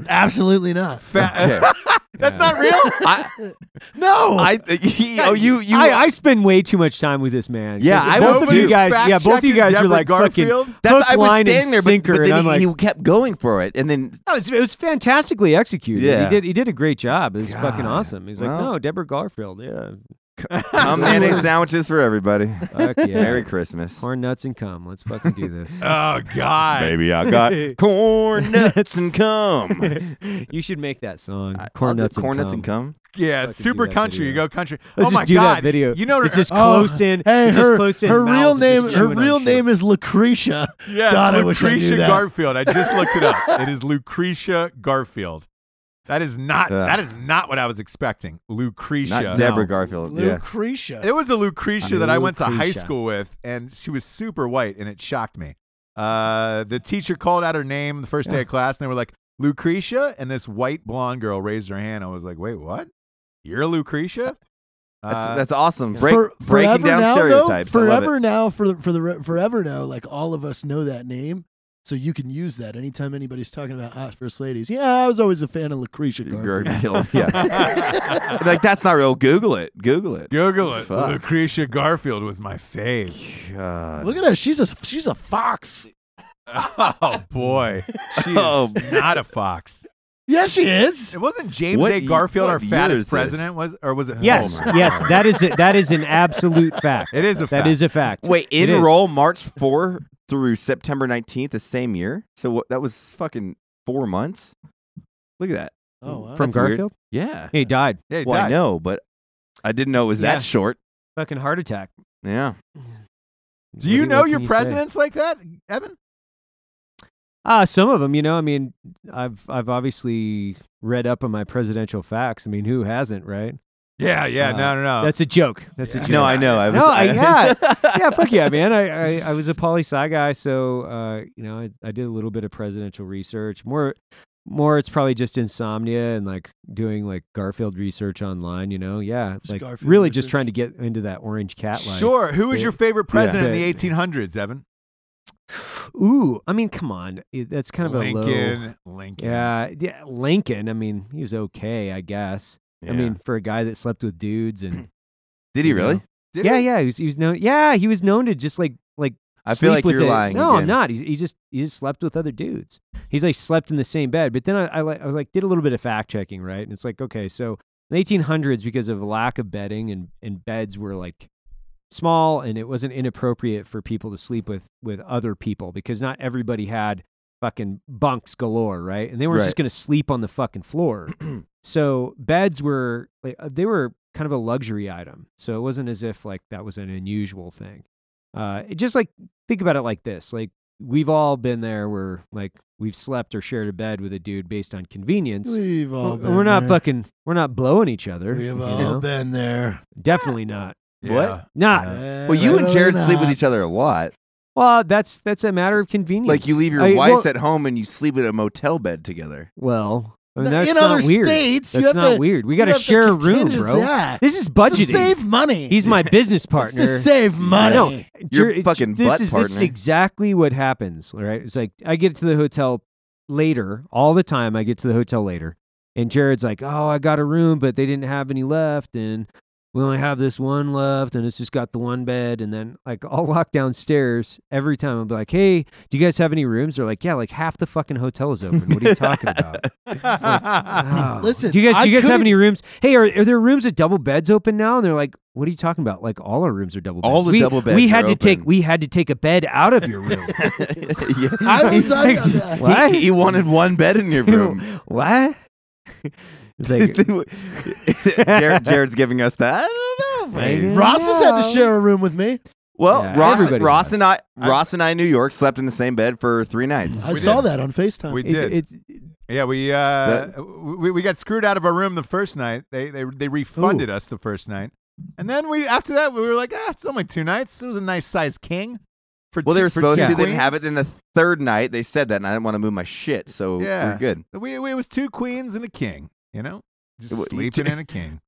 Speaker 4: Absolutely not.
Speaker 3: Fa- That's not real.
Speaker 2: I,
Speaker 4: No.
Speaker 2: I, he- oh, you, you.
Speaker 5: I, I spend way too much time with this man. 'cause
Speaker 2: Yeah, I
Speaker 5: both
Speaker 2: was
Speaker 5: of you
Speaker 2: too.
Speaker 5: guys, yeah, both of you
Speaker 3: Fact-checking
Speaker 5: guys were
Speaker 3: Deborah
Speaker 5: like
Speaker 3: Garfield?
Speaker 5: fucking hook,
Speaker 2: I was
Speaker 5: line,
Speaker 2: standing
Speaker 5: and
Speaker 2: there, but-
Speaker 5: sinker,
Speaker 2: but,
Speaker 5: and
Speaker 2: then
Speaker 5: I'm like,
Speaker 2: he kept going for it, and then
Speaker 5: No, it was, it was fantastically executed.
Speaker 2: Yeah.
Speaker 5: He did he did a great job. It was fucking
Speaker 2: God.
Speaker 5: awesome. He's like,
Speaker 2: Well-
Speaker 5: no, Deborah Garfield. Yeah,
Speaker 2: I'm mayonnaise sandwiches for everybody.
Speaker 5: fuck yeah.
Speaker 2: Merry Christmas.
Speaker 5: Corn nuts and cum. Let's fucking do this.
Speaker 3: Oh God.
Speaker 2: Baby, I got corn nuts and cum.
Speaker 5: you should make that song.
Speaker 2: I- I'll
Speaker 5: Corn
Speaker 2: do
Speaker 5: nuts,
Speaker 2: corn
Speaker 5: and
Speaker 2: nuts and
Speaker 5: cum.
Speaker 2: cum.
Speaker 3: Yeah,
Speaker 5: Fucking do
Speaker 3: super
Speaker 5: that
Speaker 3: country. You
Speaker 5: video.
Speaker 3: go country.
Speaker 5: Let's
Speaker 3: oh
Speaker 5: just
Speaker 3: my
Speaker 5: do
Speaker 3: God.
Speaker 5: that video.
Speaker 3: You know,
Speaker 5: it's just
Speaker 4: Oh,
Speaker 5: close in.
Speaker 4: Hey,
Speaker 5: it's
Speaker 4: her,
Speaker 5: just close in.
Speaker 4: her
Speaker 5: mouth
Speaker 4: real
Speaker 5: is
Speaker 4: name
Speaker 5: just
Speaker 4: her
Speaker 5: chewing on
Speaker 4: real
Speaker 5: shit.
Speaker 4: name is Lucretia.
Speaker 3: yeah,
Speaker 4: God, I wish I
Speaker 3: Lucretia
Speaker 4: knew that.
Speaker 3: Garfield. I just looked it up. It is Lucretia Garfield. That is not.
Speaker 2: Yeah.
Speaker 3: That is not what I was expecting. Lucretia.
Speaker 2: Not Deborah
Speaker 5: No.
Speaker 2: Garfield. Yeah.
Speaker 4: Lucretia.
Speaker 3: It was a Lucretia that I went to high
Speaker 5: Lucretia.
Speaker 3: school with, and she was super white, and it shocked me. Uh, the teacher called out her name the first day of class, and they were like, Lucretia? And this white blonde girl raised her hand. I was like, wait, what? You're Lucretia?
Speaker 2: That's,
Speaker 3: Uh,
Speaker 2: that's awesome.
Speaker 5: yeah.
Speaker 2: Break,
Speaker 4: For-
Speaker 2: breaking
Speaker 4: forever
Speaker 2: down
Speaker 4: now, though,
Speaker 2: stereotypes. I love it.
Speaker 4: forever now, for for the re- forever now, like all of us know that name. So you can use that anytime anybody's talking about hot first ladies. Yeah, I was always a fan of Lucretia Garfield.
Speaker 2: Garfield. Yeah. like that's not real. Google it. Google it.
Speaker 3: Google it.
Speaker 2: Fuck.
Speaker 3: Lucretia Garfield was my fave.
Speaker 2: God.
Speaker 4: Look at her. She's a she's a fox.
Speaker 3: Oh boy, she is
Speaker 2: Oh.
Speaker 3: not a fox.
Speaker 4: Yes, she is.
Speaker 3: It wasn't James
Speaker 2: What
Speaker 3: A.
Speaker 2: ye-
Speaker 3: Garfield
Speaker 2: what
Speaker 3: our
Speaker 2: year is
Speaker 3: fattest
Speaker 2: this?
Speaker 3: president was, or was it?
Speaker 5: Yes,
Speaker 3: Oh, my
Speaker 5: yes,
Speaker 3: God.
Speaker 5: that is it. That is an absolute fact.
Speaker 3: It is a fact.
Speaker 5: That is a fact.
Speaker 2: Wait,
Speaker 5: It is.
Speaker 2: enroll March 4 through September 19th, the same year. So what, that was fucking four months. Look at that.
Speaker 4: Oh, wow.
Speaker 5: from
Speaker 2: That's weird.
Speaker 5: Garfield.
Speaker 2: Yeah.
Speaker 5: He died.
Speaker 3: Yeah, he
Speaker 2: well, I
Speaker 3: died.
Speaker 2: know, but I didn't know it was
Speaker 5: Yeah.
Speaker 2: that short.
Speaker 5: Fucking heart attack.
Speaker 2: Yeah.
Speaker 3: Do you
Speaker 5: What
Speaker 3: know
Speaker 5: what
Speaker 3: your
Speaker 5: can you say?
Speaker 3: presidents like that, Evan?
Speaker 5: Uh, some of them, you know. I mean, I've I've obviously read up on my presidential facts. I mean, who hasn't, right?
Speaker 3: Yeah, yeah,
Speaker 5: Uh,
Speaker 3: no, no, no.
Speaker 5: That's a joke. That's a joke.
Speaker 2: No, I know. I was,
Speaker 5: No,
Speaker 2: I,
Speaker 5: yeah. yeah, fuck yeah, man. I, I, I was a poli sci guy, so uh, you know, I, I did a little bit of presidential research. More more it's probably just insomnia and like doing like Garfield research online, you know. Yeah.
Speaker 4: Just
Speaker 5: Like
Speaker 4: Garfield
Speaker 5: really just
Speaker 4: research.
Speaker 5: trying to get into that orange cat life.
Speaker 3: sure. Who was
Speaker 5: Big-
Speaker 3: your favorite president
Speaker 5: Yeah.
Speaker 3: in the 1800s, Evan?
Speaker 5: Ooh, I mean, come on. It- That's kind of a low
Speaker 3: Lincoln. Lincoln.
Speaker 5: yeah, yeah, Lincoln. I mean, he was okay, I guess.
Speaker 2: yeah.
Speaker 5: I mean, for a guy that slept with dudes and
Speaker 2: did he
Speaker 5: you know.
Speaker 2: really?
Speaker 3: Did
Speaker 5: yeah,
Speaker 3: he?
Speaker 5: yeah, he was, he was known. Yeah, he was known to just like like.
Speaker 2: I feel
Speaker 5: sleep
Speaker 2: like
Speaker 5: with
Speaker 2: you're
Speaker 5: it.
Speaker 2: lying
Speaker 5: No, I'm
Speaker 2: again.
Speaker 5: not. He's, he just he just slept with other dudes. He's like slept in the same bed. But then I I, like, I was like did a little bit of fact checking, right? And it's like okay, so in the 1800s, because of lack of bedding and and beds were like small, and it wasn't inappropriate for people to sleep with with other people because not everybody had fucking bunks galore, right? And they weren't just
Speaker 2: Right.
Speaker 5: going to sleep on the fucking floor. so beds were like uh, they were kind of a luxury item. So it wasn't as if like that was an unusual thing. Uh, it just like think about it like this: like we've all been there where like we've slept or shared a bed with a dude based on convenience.
Speaker 4: We've all
Speaker 5: We're,
Speaker 4: been
Speaker 5: we're not
Speaker 4: there.
Speaker 5: fucking we're not blowing each other.
Speaker 4: We've
Speaker 5: you
Speaker 4: all
Speaker 5: know?
Speaker 4: been there.
Speaker 5: Definitely not.
Speaker 2: What?
Speaker 3: Yeah.
Speaker 5: Not
Speaker 2: Well, you and Jared sleep with each other a lot.
Speaker 5: well. That's that's a matter of convenience.
Speaker 2: Like you leave your
Speaker 5: I-
Speaker 2: wife
Speaker 5: well,
Speaker 2: at home and you sleep in a motel bed together.
Speaker 5: well. I mean,
Speaker 4: In
Speaker 5: that's not
Speaker 4: other
Speaker 5: weird.
Speaker 4: states, you
Speaker 5: that's
Speaker 4: have
Speaker 5: not
Speaker 4: to-
Speaker 5: weird. We
Speaker 4: you
Speaker 5: got to
Speaker 4: have to
Speaker 5: share a room,
Speaker 4: contingent-
Speaker 5: bro.
Speaker 4: yeah.
Speaker 5: This
Speaker 4: It's
Speaker 5: is
Speaker 4: to
Speaker 5: budgeting.
Speaker 4: save money.
Speaker 5: He's my business
Speaker 4: It's
Speaker 5: partner.
Speaker 4: to save money.
Speaker 5: No,
Speaker 2: Your
Speaker 5: Jer-
Speaker 2: fucking
Speaker 5: this
Speaker 2: butt
Speaker 5: is this is
Speaker 2: partner.
Speaker 5: exactly what happens, all right? It's like I get to the hotel later all the time. I get to the hotel later, and Jared's like, "Oh, I got a room, but they didn't have any left, and we only have this one left, and it's just got the one bed." And then like I'll walk downstairs every time. I'll be like, "Hey, do you guys have any rooms?" They're like, "Yeah, like half the fucking hotel is open. What are you talking about?" Oh.
Speaker 4: Listen,
Speaker 5: do you guys
Speaker 4: I
Speaker 5: do you guys have
Speaker 4: couldn't-
Speaker 5: any rooms? Hey, are, are there rooms with double beds open now? And they're like, what are you talking about? Like all our rooms are double beds.
Speaker 2: All the
Speaker 5: we,
Speaker 2: double beds
Speaker 5: We
Speaker 2: are
Speaker 5: had to take
Speaker 2: open.
Speaker 5: we had to take a bed out of your room.
Speaker 2: Yeah.
Speaker 4: I was
Speaker 5: Like,
Speaker 4: I-
Speaker 5: what?
Speaker 2: He, he wanted one bed in your room.
Speaker 5: what? It's like
Speaker 2: Jared, Jared's giving us that. I don't know.
Speaker 5: I
Speaker 2: face.
Speaker 5: didn't
Speaker 4: Ross has had
Speaker 5: know.
Speaker 4: to share a room with me.
Speaker 2: Well,
Speaker 5: Yeah,
Speaker 2: Ross,
Speaker 5: everybody
Speaker 2: Ross
Speaker 5: does.
Speaker 2: and I, Ross and I, in New York, slept in the same bed for three nights.
Speaker 4: I
Speaker 3: We
Speaker 4: saw
Speaker 3: did.
Speaker 4: that on FaceTime.
Speaker 3: We
Speaker 5: It's,
Speaker 3: did.
Speaker 5: it's
Speaker 3: yeah, we uh, we we got screwed out of our room the first night. They they they refunded us the first night, and then we after that we were like, ah, it's only two nights. It was a nice size king. For
Speaker 2: Well,
Speaker 3: two,
Speaker 2: they were
Speaker 3: for
Speaker 2: supposed
Speaker 3: two
Speaker 2: to. They didn't
Speaker 3: queens.
Speaker 2: have it in the third night. They said that, and I didn't want to move my shit, so
Speaker 3: Yeah.
Speaker 2: we're good.
Speaker 3: We, we it was two queens and a king. You know, just
Speaker 2: Well, you
Speaker 3: sleeping
Speaker 2: did-
Speaker 3: in a king.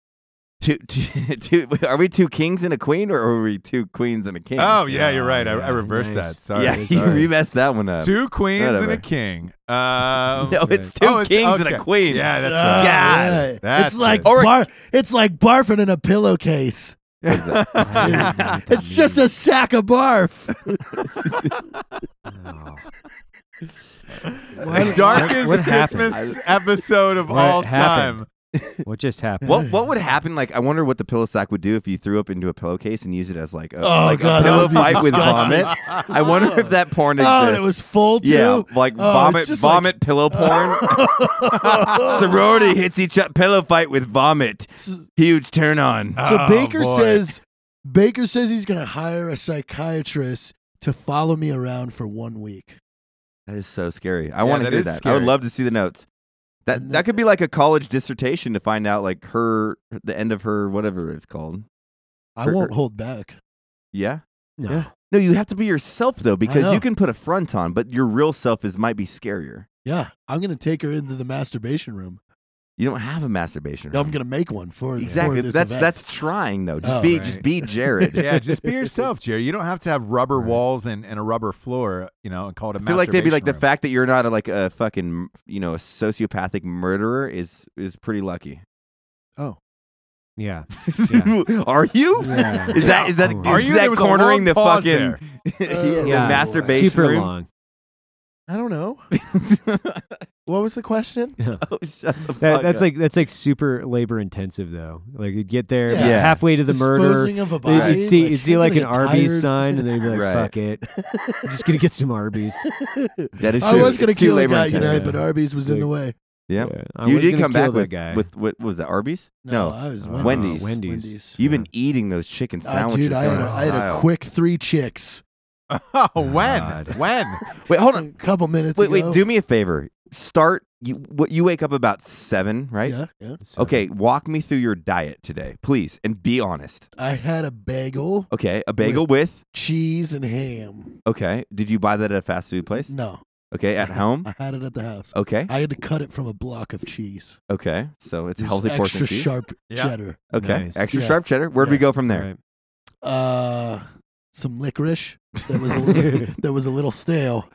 Speaker 2: Two, two, two, are we two kings and a queen, or are we two queens and a king?
Speaker 3: Oh yeah, you're
Speaker 5: Yeah,
Speaker 3: right. I, I
Speaker 5: yeah,
Speaker 3: reversed
Speaker 5: nice.
Speaker 3: that. Sorry.
Speaker 2: yeah, you
Speaker 3: sorry.
Speaker 2: you messed that one up.
Speaker 3: two queens and a
Speaker 2: Um, Whatever.
Speaker 3: king. Um,
Speaker 2: no, it's two
Speaker 3: oh, it's-
Speaker 2: kings and
Speaker 3: okay.
Speaker 2: a queen.
Speaker 3: Yeah, that's
Speaker 4: Ah,
Speaker 3: right.
Speaker 4: yeah.
Speaker 3: That's
Speaker 4: it's like
Speaker 3: it.
Speaker 2: Or-
Speaker 4: bar- it's like barfing in a pillowcase.
Speaker 5: I didn't
Speaker 4: It's just a sack of barf.
Speaker 5: oh.
Speaker 3: the darkest
Speaker 5: what happened?
Speaker 3: Christmas episode of
Speaker 5: What
Speaker 3: all
Speaker 5: happened?
Speaker 3: time.
Speaker 5: what just happened?
Speaker 2: What what would happen? Like, I wonder what the pillow sack would do if you threw up into a pillowcase and used it as like a,
Speaker 4: Oh,
Speaker 2: like
Speaker 4: God,
Speaker 2: a
Speaker 4: that
Speaker 2: pillow
Speaker 4: would be
Speaker 2: fight with
Speaker 3: Uh,
Speaker 4: disgusting.
Speaker 2: vomit. I wonder if that porn exists.
Speaker 4: Oh, and it was full too.
Speaker 2: yeah, like
Speaker 4: Oh,
Speaker 2: vomit,
Speaker 4: it's just
Speaker 2: vomit, pillow porn. Sorority hits each other. Pillow fight with vomit.
Speaker 4: S-
Speaker 2: Huge turn on.
Speaker 4: So
Speaker 3: Oh,
Speaker 4: Baker
Speaker 3: boy.
Speaker 4: says Baker says he's gonna hire a psychiatrist to follow me around for one week.
Speaker 2: That is so scary. I
Speaker 3: Yeah,
Speaker 2: want
Speaker 3: that
Speaker 2: to hear
Speaker 3: is
Speaker 2: that. I
Speaker 3: scary.
Speaker 2: would love to see the notes. That
Speaker 4: And
Speaker 2: that
Speaker 4: the-
Speaker 2: could be like a college dissertation to find out like her the end of her whatever it's called.
Speaker 4: I
Speaker 2: Or-
Speaker 4: won't
Speaker 2: or-
Speaker 4: hold back.
Speaker 2: Yeah.
Speaker 5: No.
Speaker 4: Yeah.
Speaker 2: No, you have to be yourself though, because
Speaker 4: know.
Speaker 2: you can put a front on, but your real self is might be scarier.
Speaker 4: Yeah, I'm gonna take her into the masturbation room.
Speaker 2: You don't have a masturbation room.
Speaker 4: I'm gonna make one for
Speaker 2: exactly.
Speaker 4: For this
Speaker 2: That's
Speaker 4: event.
Speaker 2: that's trying though. Just
Speaker 4: Oh,
Speaker 2: be
Speaker 5: right.
Speaker 2: just be Jared.
Speaker 3: yeah, just be yourself, Jerry. You don't have to have rubber walls and, and a rubber floor, you know, and call it a
Speaker 2: I feel like maybe like the
Speaker 3: masturbation
Speaker 2: fact that you're not a, like a fucking you know a sociopathic murderer is is pretty lucky.
Speaker 5: Yeah. Yeah.
Speaker 2: Are you?
Speaker 5: Yeah.
Speaker 2: Is that is that
Speaker 5: Yeah.
Speaker 2: is
Speaker 3: Are you?
Speaker 2: that
Speaker 3: There was a
Speaker 2: cornering
Speaker 3: long
Speaker 2: the
Speaker 3: pause
Speaker 2: fucking
Speaker 3: there.
Speaker 2: yeah, the
Speaker 5: Yeah.
Speaker 2: masturbation
Speaker 5: Super
Speaker 2: room?
Speaker 5: long.
Speaker 4: I don't know. What was the question?
Speaker 2: oh, shut the fuck
Speaker 5: That, that's
Speaker 2: up.
Speaker 5: like that's like super labor intensive though. Like you'd get there
Speaker 4: Yeah.
Speaker 2: Yeah.
Speaker 5: halfway to the murder.
Speaker 4: Disposing of a
Speaker 5: They-
Speaker 4: body.
Speaker 5: You'd see, you'd see
Speaker 4: I'm
Speaker 5: like an
Speaker 4: gonna get
Speaker 5: Arby's
Speaker 4: tired.
Speaker 5: sign, and they'd be like,
Speaker 2: Right.
Speaker 5: "Fuck it, I'm just gonna get some Arby's."
Speaker 2: that is
Speaker 4: I
Speaker 2: true.
Speaker 4: was gonna
Speaker 2: It's too
Speaker 4: kill that
Speaker 2: labor
Speaker 4: guy, you know,
Speaker 2: intensive.
Speaker 4: but Arby's was in the way.
Speaker 2: Yep.
Speaker 5: Yeah, I
Speaker 2: You
Speaker 5: was
Speaker 2: did
Speaker 5: gonna
Speaker 2: come
Speaker 5: kill
Speaker 2: back
Speaker 5: that
Speaker 2: with,
Speaker 5: guy.
Speaker 2: with what was that Arby's?
Speaker 4: I was
Speaker 5: Uh,
Speaker 4: Wendy's.
Speaker 2: Wendy's.
Speaker 5: Wendy's.
Speaker 2: You've
Speaker 5: Yeah.
Speaker 2: been eating those chicken
Speaker 4: Ah,
Speaker 2: sandwiches.
Speaker 4: dude, I had,
Speaker 2: going
Speaker 4: a, I had a
Speaker 2: style.
Speaker 4: quick three chicks.
Speaker 3: room. Oh, when?
Speaker 5: God.
Speaker 3: When?
Speaker 2: Wait, hold
Speaker 4: A
Speaker 2: on.
Speaker 4: couple minutes
Speaker 2: Wait,
Speaker 4: ago.
Speaker 2: wait. Do me a favor. Start. You what? You wake up about seven, right?
Speaker 4: Yeah, yeah.
Speaker 5: So-
Speaker 2: Okay. Walk me through your diet today, please, and be honest.
Speaker 4: I had a bagel,
Speaker 2: Okay, a bagel with.
Speaker 4: cheese, and ham.
Speaker 2: Okay, did you buy that at a fast food place?
Speaker 4: No,
Speaker 2: Okay, at home.
Speaker 4: I had it at the house.
Speaker 2: Okay,
Speaker 4: I had to cut it from a block of cheese.
Speaker 2: okay. So it's
Speaker 4: It was
Speaker 2: healthy portion
Speaker 4: extra
Speaker 2: cheese.
Speaker 4: sharp
Speaker 3: Yeah.
Speaker 4: cheddar.
Speaker 2: Okay,
Speaker 5: Nice.
Speaker 2: extra
Speaker 4: Yeah.
Speaker 2: sharp cheddar. Where'd we
Speaker 4: Yeah.
Speaker 2: go from there?
Speaker 5: Right.
Speaker 4: Uh, some licorice that was a little, that was a little stale.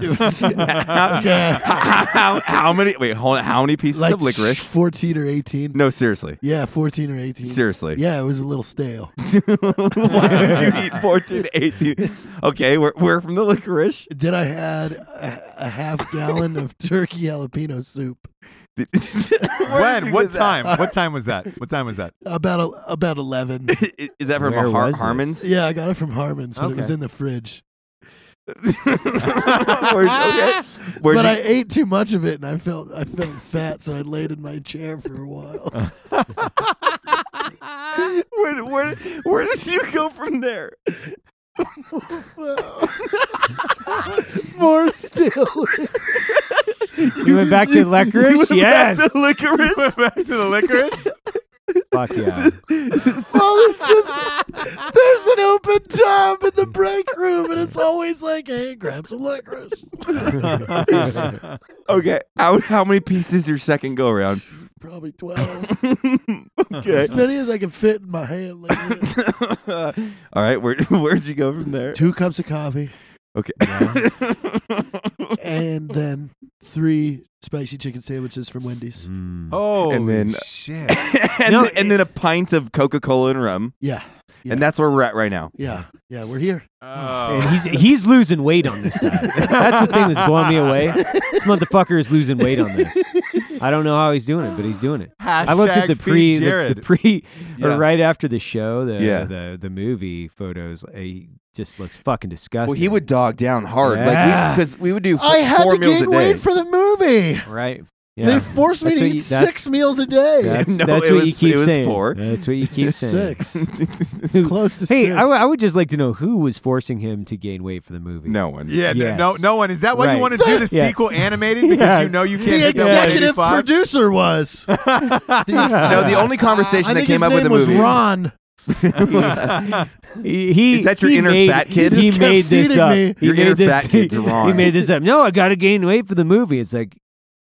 Speaker 4: It was-
Speaker 2: how,
Speaker 4: Yeah.
Speaker 2: how, how many? Wait, hold on. How many pieces
Speaker 4: like
Speaker 2: of licorice?
Speaker 4: fourteen or eighteen.
Speaker 2: No, seriously,
Speaker 4: Yeah, fourteen or eighteen.
Speaker 2: seriously.
Speaker 4: Yeah, it was a little stale.
Speaker 2: Why would you eat 14, 18? Okay, we're, we're from the licorice.
Speaker 4: Then I had a, a half gallon of turkey jalapeno soup.
Speaker 2: Where did
Speaker 3: when?
Speaker 2: you
Speaker 3: What
Speaker 2: get that?
Speaker 3: time? What time was that? What time was that?
Speaker 4: About a, about eleven.
Speaker 2: I- Is that from
Speaker 5: Where
Speaker 2: a Har-
Speaker 5: was this?
Speaker 2: Harmon's?
Speaker 4: yeah, I got it from Harmon's, but it was
Speaker 5: Okay.
Speaker 4: in the fridge.
Speaker 2: Where'd- okay. Where'd
Speaker 4: but
Speaker 2: you-
Speaker 4: I ate too much of it, and I felt I felt fat, so I laid in my chair for a
Speaker 2: Uh.
Speaker 4: while.
Speaker 2: where, where, where did you go from there?
Speaker 4: More still.
Speaker 5: You went back to
Speaker 2: You
Speaker 5: licorice.
Speaker 2: went back
Speaker 5: yes.
Speaker 2: to licorice.
Speaker 3: Back to the licorice?
Speaker 5: Fuck yeah.
Speaker 4: well, there's just there's an open tub in the break room, and it's always like, hey, grab some licorice.
Speaker 2: okay, how, how many pieces your second go around?
Speaker 4: Probably twelve.
Speaker 2: okay.
Speaker 4: As many as I can fit in my hand. Like this.
Speaker 2: All right, where, where'd you go from there?
Speaker 4: Two cups of coffee,
Speaker 2: Okay.
Speaker 4: and then three spicy chicken sandwiches from
Speaker 2: Mm-hmm.
Speaker 4: Wendy's.
Speaker 2: Hmm.
Speaker 5: Mm.
Speaker 3: Oh,
Speaker 2: then-
Speaker 3: shit.
Speaker 2: and,
Speaker 5: No,
Speaker 2: then, and then a pint of Coca Cola and rum.
Speaker 4: Yeah, Yeah.
Speaker 2: And that's where we're at right now.
Speaker 4: yeah, yeah. We're here.
Speaker 5: And Oh, he's he's losing weight on this guy. That's the thing that's blowing me away. This motherfucker is losing weight on this. I don't know how he's doing it, but he's doing it.
Speaker 3: Oh,
Speaker 5: I looked at the
Speaker 3: Hashtag
Speaker 5: pre,
Speaker 3: feed
Speaker 5: the,
Speaker 3: Jared.
Speaker 5: the pre,
Speaker 2: Yeah.
Speaker 5: or right after the show, the
Speaker 2: Yeah.
Speaker 5: the, the movie photos. uh, He just looks fucking disgusting.
Speaker 2: Well, he would dog down hard,
Speaker 5: Yeah.
Speaker 2: like because we, would do f-
Speaker 4: I had
Speaker 2: four
Speaker 4: to
Speaker 2: meals
Speaker 4: gain
Speaker 2: a day.
Speaker 4: weight for the movie.
Speaker 5: right.
Speaker 4: They
Speaker 5: Yeah.
Speaker 4: forced me
Speaker 5: That's
Speaker 4: to eat
Speaker 5: what you- that's-
Speaker 4: six meals a day.
Speaker 5: That's,
Speaker 2: No,
Speaker 5: that's
Speaker 2: it
Speaker 5: what you
Speaker 2: was-
Speaker 5: keep
Speaker 2: it was
Speaker 5: saying.
Speaker 2: four.
Speaker 5: That's what you keep saying.
Speaker 4: six. It's close to
Speaker 5: Hey,
Speaker 4: six.
Speaker 5: I, w- I would just like to know who was forcing him to gain weight for the movie.
Speaker 2: no one.
Speaker 3: yeah, no- no,
Speaker 5: Yes.
Speaker 3: no one. Is that why you
Speaker 5: Right.
Speaker 3: want to do the
Speaker 5: Yeah.
Speaker 3: sequel animated because you
Speaker 5: Yes.
Speaker 3: know you can't
Speaker 4: the
Speaker 3: hit that
Speaker 4: executive
Speaker 3: 185?
Speaker 4: producer was. The
Speaker 2: No,
Speaker 4: exec-
Speaker 2: the only conversation
Speaker 4: I
Speaker 2: that
Speaker 4: think his
Speaker 2: came up with
Speaker 4: name
Speaker 2: the
Speaker 4: was
Speaker 2: movie.
Speaker 4: Ron.
Speaker 5: He, he-
Speaker 2: Is that your
Speaker 5: he
Speaker 2: inner
Speaker 5: made,
Speaker 2: fat kid?
Speaker 5: He
Speaker 4: Just kept
Speaker 5: made this
Speaker 4: feeding
Speaker 5: up.
Speaker 4: me.
Speaker 5: He
Speaker 2: Your
Speaker 5: made
Speaker 2: inner
Speaker 5: this,
Speaker 2: fat kid's
Speaker 5: He
Speaker 2: wrong.
Speaker 5: made this up. No, I got to gain weight for the movie. It's like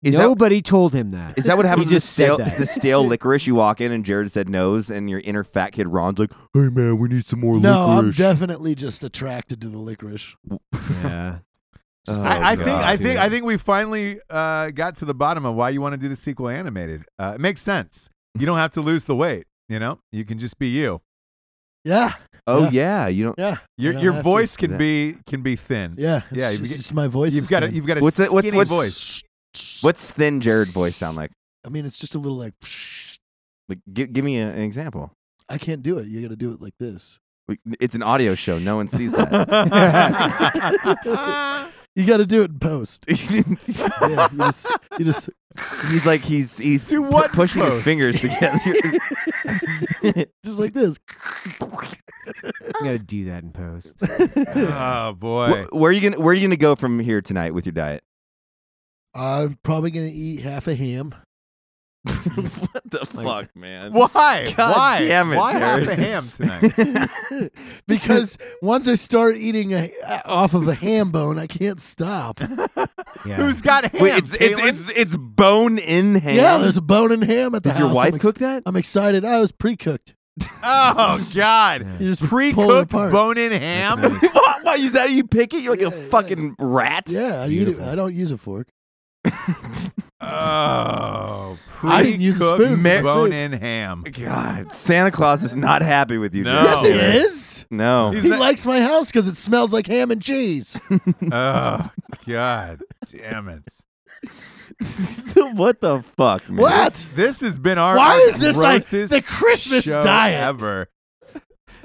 Speaker 2: Is that-
Speaker 5: nobody told him that.
Speaker 2: Is that what happened?
Speaker 5: He
Speaker 2: to the
Speaker 5: just said
Speaker 2: stale,
Speaker 5: that.
Speaker 2: the stale licorice. You walk in and Jared said no's, and your inner fat kid Ron's like, "Hey man, we need some more
Speaker 4: No, I'm
Speaker 2: licorice."
Speaker 4: definitely just attracted to the licorice.
Speaker 5: yeah.
Speaker 2: Just-
Speaker 5: Oh,
Speaker 3: I, I
Speaker 5: God,
Speaker 3: think I
Speaker 5: dude.
Speaker 3: think I think we finally uh, got to the bottom of why you want to do the sequel animated. Uh, it makes sense. You don't have to lose the weight. You know, you can just be you.
Speaker 4: Yeah,
Speaker 2: oh
Speaker 4: Yeah.
Speaker 2: yeah. you don't.
Speaker 4: yeah. I
Speaker 3: Your
Speaker 4: don't
Speaker 3: your
Speaker 4: have to-
Speaker 3: voice can
Speaker 2: Yeah.
Speaker 3: be can be thin.
Speaker 4: Yeah, it's
Speaker 3: Yeah,
Speaker 4: Just,
Speaker 3: you've got-
Speaker 4: it's my voice.
Speaker 3: You've
Speaker 4: is
Speaker 3: got a
Speaker 4: thin.
Speaker 3: you've got a
Speaker 2: What's that?
Speaker 3: skinny
Speaker 2: What's what's
Speaker 3: voice.
Speaker 2: what's thin Jared voice sound like?
Speaker 4: I mean, it's just a little like.
Speaker 2: Like, give, give me a- an example.
Speaker 4: I can't do it. You got to do it like this.
Speaker 2: Like, It's an audio show. No one sees that.
Speaker 3: Oh,
Speaker 4: You got to do it in post. Yeah, you just, you just
Speaker 2: he's like he's he's
Speaker 3: To
Speaker 2: pu-
Speaker 3: what
Speaker 2: pushing
Speaker 3: post?
Speaker 2: his fingers together.
Speaker 4: just like this.
Speaker 5: I'm gonna do that in post.
Speaker 3: oh boy.
Speaker 2: Wh- where are you gonna Where are you gonna go from here tonight with your diet?
Speaker 4: I'm probably gonna eat half a ham.
Speaker 2: what the fuck, man?
Speaker 3: Why?
Speaker 2: God
Speaker 3: Why?
Speaker 2: damn it,
Speaker 3: Why
Speaker 2: Jared.
Speaker 3: half a ham tonight?
Speaker 4: because once I start eating a, off of a ham bone, I can't stop.
Speaker 5: Yeah.
Speaker 3: Who's got ham?
Speaker 2: Wait, it's, it's
Speaker 3: Caitlin?
Speaker 2: it's it's bone in hand.
Speaker 4: Yeah, there's a bone and ham at the
Speaker 2: Did
Speaker 4: house.
Speaker 2: your wife
Speaker 4: I'm ex-
Speaker 2: cook that?
Speaker 4: I'm excited. I was pre-cooked.
Speaker 3: oh God!
Speaker 4: You just pull it
Speaker 3: Pre-cooked
Speaker 4: apart.
Speaker 3: bone-in ham.
Speaker 2: Why why is that? You pick it? You're like
Speaker 4: Yeah,
Speaker 2: a
Speaker 4: yeah.
Speaker 2: fucking rat.
Speaker 4: Yeah, I, eat it.
Speaker 5: Beautiful.
Speaker 4: I don't use a fork.
Speaker 3: Oh,
Speaker 4: I didn't use a
Speaker 3: pre-cooked
Speaker 4: spoon. Mix it.
Speaker 3: bone-in ham.
Speaker 2: God, Santa Claus is not happy with you.
Speaker 3: No.
Speaker 4: yes,
Speaker 3: Oh,
Speaker 4: it
Speaker 2: Jared.
Speaker 3: man.
Speaker 4: is.
Speaker 2: No.
Speaker 3: He's
Speaker 4: He
Speaker 3: not-
Speaker 4: likes my house because it smells like ham and cheese.
Speaker 3: oh God, damn it!
Speaker 2: what the fuck, man?
Speaker 4: what?
Speaker 3: This has been our
Speaker 4: Why
Speaker 3: our
Speaker 4: is this like
Speaker 3: grossest
Speaker 4: the Christmas
Speaker 3: show
Speaker 4: diet?
Speaker 3: ever?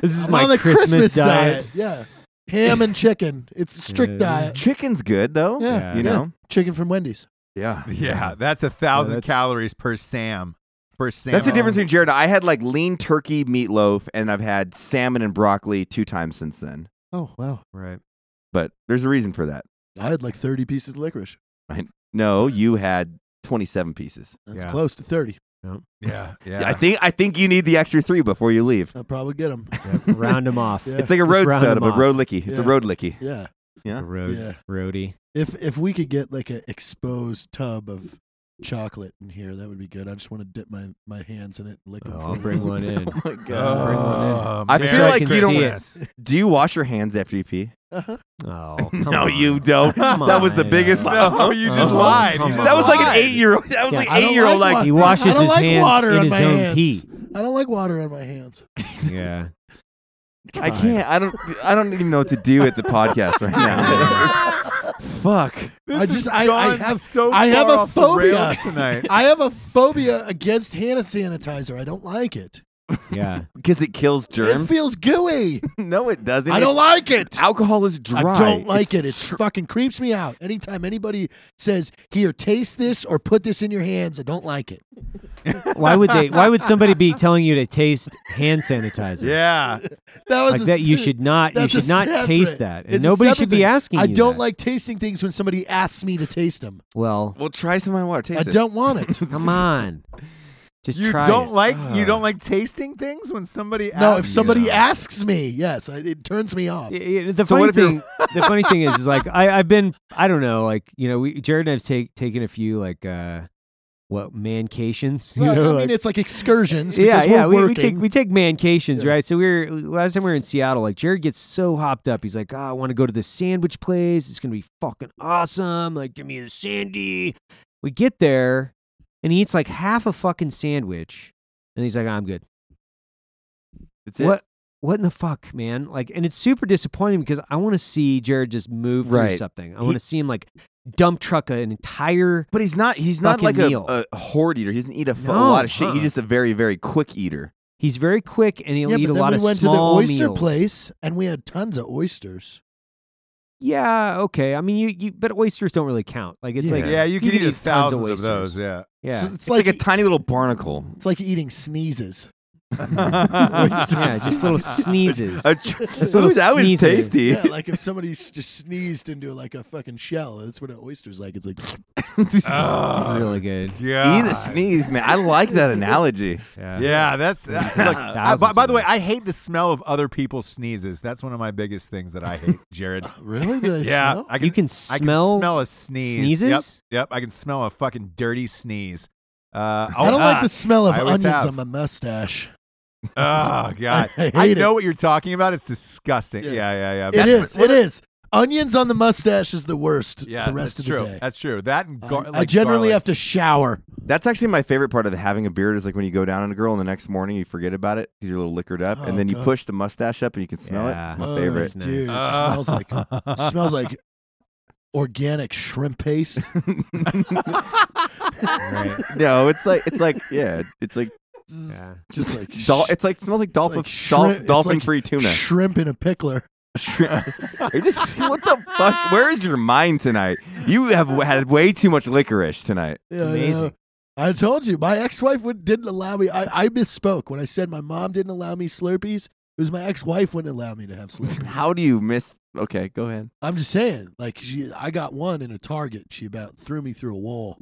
Speaker 5: this is
Speaker 4: I'm
Speaker 5: my
Speaker 4: on the
Speaker 5: Christmas, diet.
Speaker 4: Yeah, ham and chicken. It's a strict
Speaker 5: Yeah.
Speaker 4: diet.
Speaker 2: Chicken's good though.
Speaker 4: Yeah,
Speaker 5: Yeah.
Speaker 2: You know?
Speaker 4: chicken from Wendy's.
Speaker 2: Yeah.
Speaker 3: Yeah, that's a thousand
Speaker 5: that's-
Speaker 3: calories per Sam. Per Sam.
Speaker 2: That's the difference between Jared. and I I had like lean turkey meatloaf, and I've had salmon and broccoli two times since then.
Speaker 4: Oh wow,
Speaker 5: Right.
Speaker 2: But there's a reason for that.
Speaker 4: I had like 30 pieces of licorice.
Speaker 2: No, you had 27 pieces.
Speaker 4: That's
Speaker 5: Yeah.
Speaker 4: close to 30.
Speaker 3: Yeah, yeah.
Speaker 2: I think I think you need the extra three before you leave.
Speaker 4: I'll probably get them.
Speaker 5: Yep. Round them off.
Speaker 4: Yeah.
Speaker 2: It's like a
Speaker 5: Just
Speaker 2: road
Speaker 5: round 'em
Speaker 2: soda, but
Speaker 5: off.
Speaker 2: road licky. It's a
Speaker 4: Yeah.
Speaker 2: road licky.
Speaker 4: Yeah.
Speaker 2: Yeah.
Speaker 5: Road,
Speaker 4: Yeah.
Speaker 5: Roadie.
Speaker 4: If if we could get like an exposed tub of chocolate in here, that would be good. I just want to dip my, my hands in it and lick
Speaker 5: Oh,
Speaker 4: them.
Speaker 5: I'll bring one in.
Speaker 2: Oh my
Speaker 5: Uh, Bring one in.
Speaker 3: Oh,
Speaker 2: I
Speaker 3: Merry
Speaker 2: feel like
Speaker 5: you don't-
Speaker 3: Christmas.
Speaker 2: Do you wash your hands after you pee?
Speaker 4: Uh-huh.
Speaker 5: Oh, come
Speaker 2: no,
Speaker 5: on.
Speaker 2: you don't.
Speaker 5: Come
Speaker 2: that was the
Speaker 5: on.
Speaker 2: biggest. lie.
Speaker 3: No, you just
Speaker 5: Oh,
Speaker 3: lied. You
Speaker 5: come
Speaker 3: just
Speaker 5: on.
Speaker 2: that was like an
Speaker 3: lied.
Speaker 2: eight-year-old. That was
Speaker 5: Yeah,
Speaker 2: like
Speaker 4: I don't
Speaker 2: eight-year-old.
Speaker 4: like
Speaker 2: Like,
Speaker 5: He
Speaker 4: wa-
Speaker 5: washes
Speaker 4: I don't
Speaker 5: his
Speaker 4: like
Speaker 5: hands
Speaker 4: water
Speaker 5: in
Speaker 4: on
Speaker 5: his
Speaker 4: my
Speaker 5: own
Speaker 4: hands.
Speaker 5: pee.
Speaker 4: I don't like water on my hands.
Speaker 5: Yeah.
Speaker 2: I can't. I don't. I don't even know what to do at the podcast right now. Fuck.
Speaker 3: This
Speaker 4: I just-
Speaker 3: has
Speaker 4: I- I
Speaker 3: gone
Speaker 4: have-
Speaker 3: so
Speaker 4: I have
Speaker 3: far
Speaker 4: a
Speaker 3: off the
Speaker 4: phobia.
Speaker 3: rails tonight.
Speaker 4: I have a phobia against hand sanitizer. I don't like it.
Speaker 5: Yeah.
Speaker 2: Because it kills
Speaker 4: It
Speaker 2: germs.
Speaker 4: feels gooey.
Speaker 2: no, it doesn't.
Speaker 4: I don't like it.
Speaker 2: Alcohol is dry.
Speaker 4: I don't like
Speaker 2: It's-
Speaker 4: it. It fucking creeps me out. Anytime anybody says, "Here, taste this or put this in your hands," I don't like it.
Speaker 5: Why would they? Why would somebody be telling you to taste hand sanitizer?
Speaker 3: yeah.
Speaker 4: That was
Speaker 5: Like
Speaker 4: a
Speaker 5: that, you
Speaker 4: se-
Speaker 5: should not. You
Speaker 4: that's a
Speaker 5: should not
Speaker 4: separate-
Speaker 5: taste that, and
Speaker 4: it's a
Speaker 5: nobody
Speaker 4: separate
Speaker 5: should be
Speaker 4: thing.
Speaker 5: asking.
Speaker 4: I
Speaker 5: you
Speaker 4: don't
Speaker 5: that.
Speaker 4: like tasting things when somebody asks me to taste them.
Speaker 5: Well,
Speaker 2: Well, try some of my water. Taste
Speaker 4: I
Speaker 2: it.
Speaker 4: don't want it.
Speaker 5: come on. Just
Speaker 3: You
Speaker 5: try
Speaker 3: don't
Speaker 5: it.
Speaker 3: like you
Speaker 2: Ugh.
Speaker 3: don't like tasting things when somebody
Speaker 4: no,
Speaker 3: asks
Speaker 4: if somebody
Speaker 3: you.
Speaker 4: asks me, yes, I, it turns me off.
Speaker 5: Y- y- The
Speaker 2: So
Speaker 5: funny
Speaker 2: what if you're-
Speaker 5: thing, the funny thing is, is like I, I've been, I don't know, like you know, we Jared and I've take, taken a few like, uh what mancations, you
Speaker 4: Well,
Speaker 5: know,
Speaker 4: I mean,
Speaker 5: like,
Speaker 4: it's like excursions.
Speaker 5: yeah,
Speaker 4: because
Speaker 5: yeah,
Speaker 4: we're
Speaker 5: we, we take
Speaker 4: working.
Speaker 5: we take mancations,
Speaker 4: Yeah.
Speaker 5: right? So we were last time we were in Seattle. Like Jared gets so hopped up, he's like, "Oh, I want to go to this sandwich place. It's gonna be fucking awesome. Like, give me the sandy." We get there, and he eats like half a fucking sandwich, and he's like, "I'm good."
Speaker 2: That's it.
Speaker 5: What? What in the fuck, man? Like, and it's super disappointing because I want to see Jared just move through
Speaker 2: Right.
Speaker 5: something. I
Speaker 2: He-
Speaker 5: want to see him like dump truck an entire.
Speaker 2: But he's not. He's not like
Speaker 5: Fucking meal.
Speaker 2: a, a hoard eater. He doesn't eat a, f- a
Speaker 5: No,
Speaker 2: lot of shit.
Speaker 5: huh.
Speaker 2: He's just a very, very quick eater.
Speaker 5: He's very quick, and he'll
Speaker 4: yeah,
Speaker 5: eat
Speaker 4: but
Speaker 5: a
Speaker 4: then
Speaker 5: lot
Speaker 4: we
Speaker 5: of
Speaker 4: went to the
Speaker 5: small
Speaker 4: oyster
Speaker 5: meals.
Speaker 4: place and we had tons of oysters.
Speaker 5: Yeah, okay. I mean, you, you but oysters don't really count. Like it's like
Speaker 3: Yeah, you can eat a
Speaker 5: eat tons of
Speaker 3: thousand of those. Yeah.
Speaker 5: yeah,
Speaker 4: So it's,
Speaker 2: It's
Speaker 4: like,
Speaker 2: like, e a tiny little barnacle.
Speaker 4: it's like eating sneezes.
Speaker 5: yeah, just little sneezes.
Speaker 2: A tr-
Speaker 5: That's a little
Speaker 2: Ooh, that was
Speaker 5: sneezer.
Speaker 2: tasty.
Speaker 4: Yeah, like if somebody s- just sneezed into like a fucking shell. That's what an oyster's like. It's like
Speaker 3: Oh,
Speaker 5: really good.
Speaker 2: Eat
Speaker 3: God.
Speaker 2: a E-, sneeze, man. I like that analogy.
Speaker 5: Yeah.
Speaker 3: Yeah, that's that, look. I, by,
Speaker 5: Thousands
Speaker 3: by
Speaker 5: of
Speaker 3: the way,
Speaker 5: them.
Speaker 3: I hate the smell of other people's sneezes. That's one of my biggest things that I hate, Jared.
Speaker 4: really? Do they
Speaker 3: yeah,
Speaker 4: smell?
Speaker 3: I can.
Speaker 5: you can
Speaker 3: I
Speaker 5: smell.
Speaker 3: can smell a sneeze. Yep,
Speaker 5: sneezes?
Speaker 3: yep. I can smell a fucking dirty sneeze. Uh,
Speaker 4: I don't like the smell of
Speaker 3: I always
Speaker 4: onions
Speaker 3: have.
Speaker 4: on my mustache.
Speaker 3: Oh God,
Speaker 4: I hate
Speaker 3: I
Speaker 4: it.
Speaker 3: know what you're talking about. It's disgusting. Yeah,
Speaker 4: Yeah.
Speaker 3: yeah, yeah.
Speaker 4: It
Speaker 3: That's
Speaker 4: is.
Speaker 3: what-
Speaker 4: It is. Onions on the mustache is the worst.
Speaker 3: Yeah,
Speaker 4: the rest of
Speaker 3: that's
Speaker 4: the
Speaker 3: true.
Speaker 4: day.
Speaker 3: That's true. That and gar-
Speaker 4: I,
Speaker 3: like
Speaker 4: I generally
Speaker 3: garlic.
Speaker 4: have to shower.
Speaker 2: That's actually my favorite part of having a beard is like when you go down on a girl and the next morning you forget about it because you're a little liquored up
Speaker 4: Oh,
Speaker 2: and then you
Speaker 4: God.
Speaker 2: push the mustache up and you can smell
Speaker 5: Yeah.
Speaker 2: it. It's my
Speaker 4: Oh,
Speaker 2: favorite.
Speaker 4: dude. It
Speaker 3: Uh,
Speaker 4: smells like smells like organic shrimp paste.
Speaker 5: Right.
Speaker 2: no, it's like it's like yeah, it's like
Speaker 5: Yeah.
Speaker 4: Just like
Speaker 2: dol-
Speaker 4: sh-
Speaker 2: it's like smells like dolphin
Speaker 4: like shrimp- it's
Speaker 2: dolphin
Speaker 4: like
Speaker 2: free tuna.
Speaker 4: shrimp in a pickler.
Speaker 2: You're just- what the fuck? Where is your mind tonight? You have w- had way too much licorice tonight.
Speaker 4: It's
Speaker 5: amazing.
Speaker 4: I told you, my ex-wife would, didn't allow me. I, I misspoke when I said my mom didn't allow me Slurpees. It was my ex-wife wouldn't allow me to have Slurpees.
Speaker 2: How do you miss? Okay, go ahead.
Speaker 4: I'm just saying, like she, I got one in a Target. She about threw me through a wall.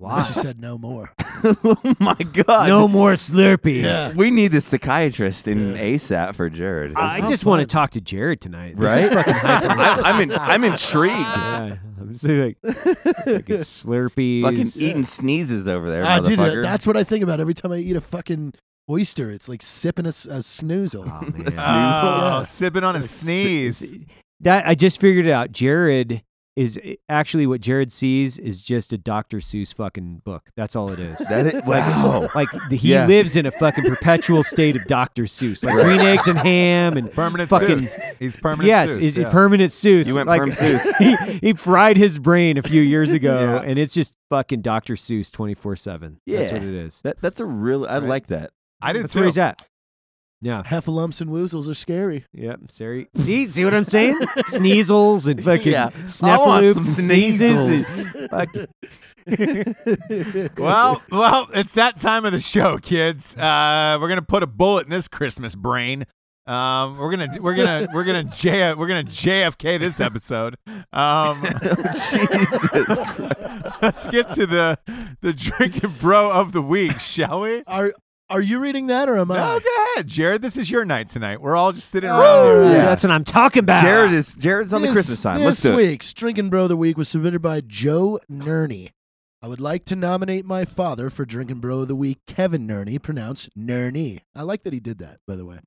Speaker 5: Wow.
Speaker 4: She said no more.
Speaker 2: oh my god.
Speaker 5: no more Slurpees.
Speaker 4: Yeah.
Speaker 2: We need the psychiatrist in ASAP for Jared.
Speaker 5: I
Speaker 4: Sounds
Speaker 5: just want to
Speaker 4: fun.
Speaker 5: talk to Jared tonight. This
Speaker 2: right?
Speaker 5: is fucking hyper.
Speaker 2: I'm, I'm, in, I'm intrigued.
Speaker 5: yeah. I'm just like, fucking Slurpees.
Speaker 2: Fucking eating sneezes over there,
Speaker 4: Ah, dude,
Speaker 2: motherfucker.
Speaker 4: that's what I think about every time I eat a fucking oyster. It's like sipping a, s- a snoozle.
Speaker 5: Oh, man.
Speaker 2: Sneeze.
Speaker 3: Oh,
Speaker 4: Yeah.
Speaker 3: sipping on a sneeze.
Speaker 5: That I just figured it out. Jared is actually what Jared sees is just a Dr. Seuss fucking book. That's all it is.
Speaker 2: That is- wow.
Speaker 5: Like the, he
Speaker 2: Yeah.
Speaker 5: lives in a fucking perpetual state of Dr. Seuss, like
Speaker 2: Right.
Speaker 5: green eggs and ham and
Speaker 3: Permanent
Speaker 5: fucking.
Speaker 3: Seuss. He's permanent
Speaker 5: Yes,
Speaker 3: Seuss.
Speaker 5: is
Speaker 3: yeah.
Speaker 5: permanent Seuss.
Speaker 2: You went
Speaker 5: like,
Speaker 2: perm Seuss.
Speaker 5: he, he fried his brain a few years ago,
Speaker 3: Yeah.
Speaker 5: and it's just fucking Dr. Seuss twenty four seven. That's what
Speaker 2: Yeah.
Speaker 5: it is.
Speaker 2: That, that's a real. I
Speaker 5: Right.
Speaker 2: like that.
Speaker 3: I did
Speaker 5: That's
Speaker 3: too.
Speaker 5: where he's at. Yeah.
Speaker 4: Heffalumps and woozles are scary.
Speaker 5: Yep. Sorry. See, see what I'm saying? Sneezels and fucking
Speaker 2: Yeah.
Speaker 5: snuffleups and
Speaker 2: some
Speaker 5: sneezes. And uh, fuck.
Speaker 3: well, well, it's that time of the show, kids. Uh, we're gonna put a bullet in this Christmas brain. Um, we're gonna we're gonna we're gonna J we're gonna JFK this episode. Um, let's get to the the drinking bro of the week, shall we?
Speaker 4: Are are you reading that or am I?
Speaker 3: No, go ahead, Jared. This is your night tonight. We're all just sitting around.
Speaker 4: Woo!
Speaker 3: Here.
Speaker 5: Ooh,
Speaker 2: Yeah.
Speaker 5: That's what I'm talking about.
Speaker 2: Jared is Jared's on the
Speaker 4: This-
Speaker 2: Christmas time. Let's
Speaker 4: This
Speaker 2: do it.
Speaker 4: week's Drinking Bro of the Week was submitted by Joe Nerney. I would like to nominate my father for Drinking Bro of the Week, Kevin Nerney, pronounced Nerney. I like that he did that, by the way.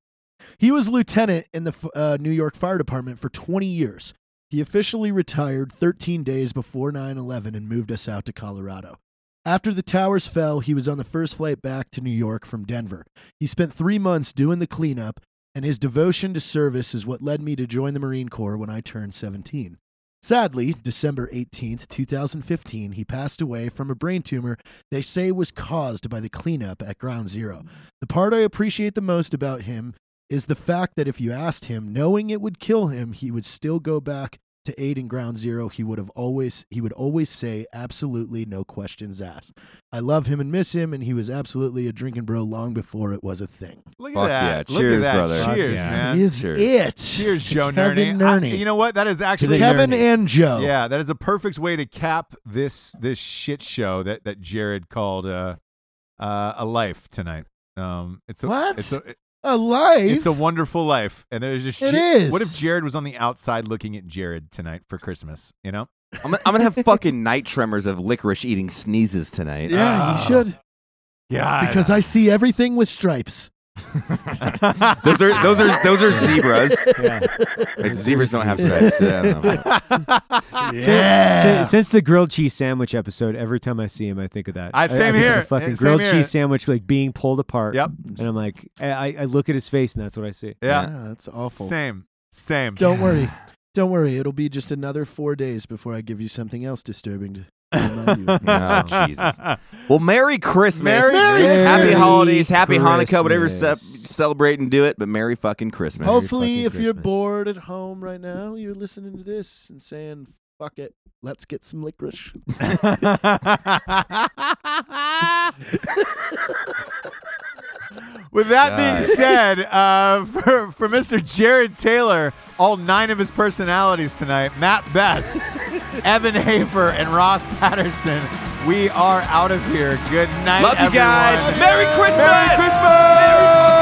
Speaker 4: He was lieutenant in the f- uh, New York Fire Department for 20 years. He officially retired 13 days before 9 11 and moved us out to Colorado. After the towers fell, he was on the first flight back to New York from Denver. He spent three months doing the cleanup, and his devotion to service is what led me to join the Marine Corps when I turned 17. Sadly, December 18th, 2015, he passed away from a brain tumor they say was caused by the cleanup at Ground Zero. The part I appreciate the most about him is the fact that if you asked him, knowing it would kill him, he would still go back to aid in Ground Zero. He would have always he would always say absolutely no questions asked. I love him and miss him, and he was absolutely a drinking bro long before it was a thing.
Speaker 3: Look at
Speaker 2: Fuck
Speaker 3: that.
Speaker 2: yeah.
Speaker 3: Look
Speaker 2: Cheers,
Speaker 3: at that.
Speaker 2: brother.
Speaker 5: Fuck
Speaker 3: Cheers,
Speaker 5: yeah.
Speaker 3: man.
Speaker 4: Is
Speaker 2: Cheers.
Speaker 4: it?
Speaker 3: Cheers,
Speaker 4: to
Speaker 3: Joe
Speaker 4: Kevin
Speaker 3: Nerney. I-
Speaker 4: Nerney.
Speaker 3: you know what? That is actually
Speaker 4: Kevin
Speaker 5: Nerney.
Speaker 4: and Joe.
Speaker 3: Yeah, that is a perfect way to cap this this shit show that that Jared called uh, uh, a life tonight. Um, it's a
Speaker 4: What?
Speaker 3: It's a,
Speaker 4: A life.
Speaker 3: it's a wonderful life, and there's just
Speaker 4: It
Speaker 3: Ja-
Speaker 4: is.
Speaker 3: What if Jared was on the outside looking at Jared tonight for Christmas? You know,
Speaker 2: I'm, gonna- I'm gonna have fucking night tremors of licorice eating sneezes tonight.
Speaker 4: yeah,
Speaker 3: Oh.
Speaker 4: you should.
Speaker 3: yeah,
Speaker 4: Because I see everything with stripes.
Speaker 2: Those are those are those are zebras.
Speaker 5: Yeah.
Speaker 2: Like, zebras don't have
Speaker 4: Zebras.
Speaker 2: stripes. Yeah, I don't know.
Speaker 3: Ah,
Speaker 5: Since, since, since the grilled cheese sandwich episode, every time I see him, I think of that.
Speaker 3: I- same
Speaker 5: think of
Speaker 3: here.
Speaker 5: The fucking
Speaker 3: Same
Speaker 5: grilled
Speaker 3: here.
Speaker 5: cheese sandwich like being pulled apart.
Speaker 3: Yep.
Speaker 5: And I'm like, I- I, I look at his face, and that's what I see.
Speaker 3: yeah,
Speaker 4: that's awful.
Speaker 3: same, same.
Speaker 4: Don't worry. Don't worry. It'll be just another four days before I give you something else disturbing to remind you.
Speaker 2: Oh, Jesus. Well, Merry Christmas.
Speaker 3: Merry Merry
Speaker 5: Christmas.
Speaker 2: Happy holidays. Happy
Speaker 5: Christmas.
Speaker 2: Hanukkah. Whatever ce- celebrate and do it, but Merry fucking Christmas.
Speaker 5: Merry
Speaker 4: Hopefully,
Speaker 5: fucking
Speaker 4: if you're
Speaker 5: Christmas.
Speaker 4: bored at home right now, you're listening to this and saying, fuck it. Let's get some licorice.
Speaker 3: With that being
Speaker 2: God.
Speaker 3: said, uh, for, for Mr. Jared Taylor, all nine of his personalities tonight, Matt Best, Evan Hafer, and Ross Patterson, we are out of here. Good night,
Speaker 2: Love you guys.
Speaker 3: everyone.
Speaker 2: Merry Christmas.
Speaker 3: Merry Christmas!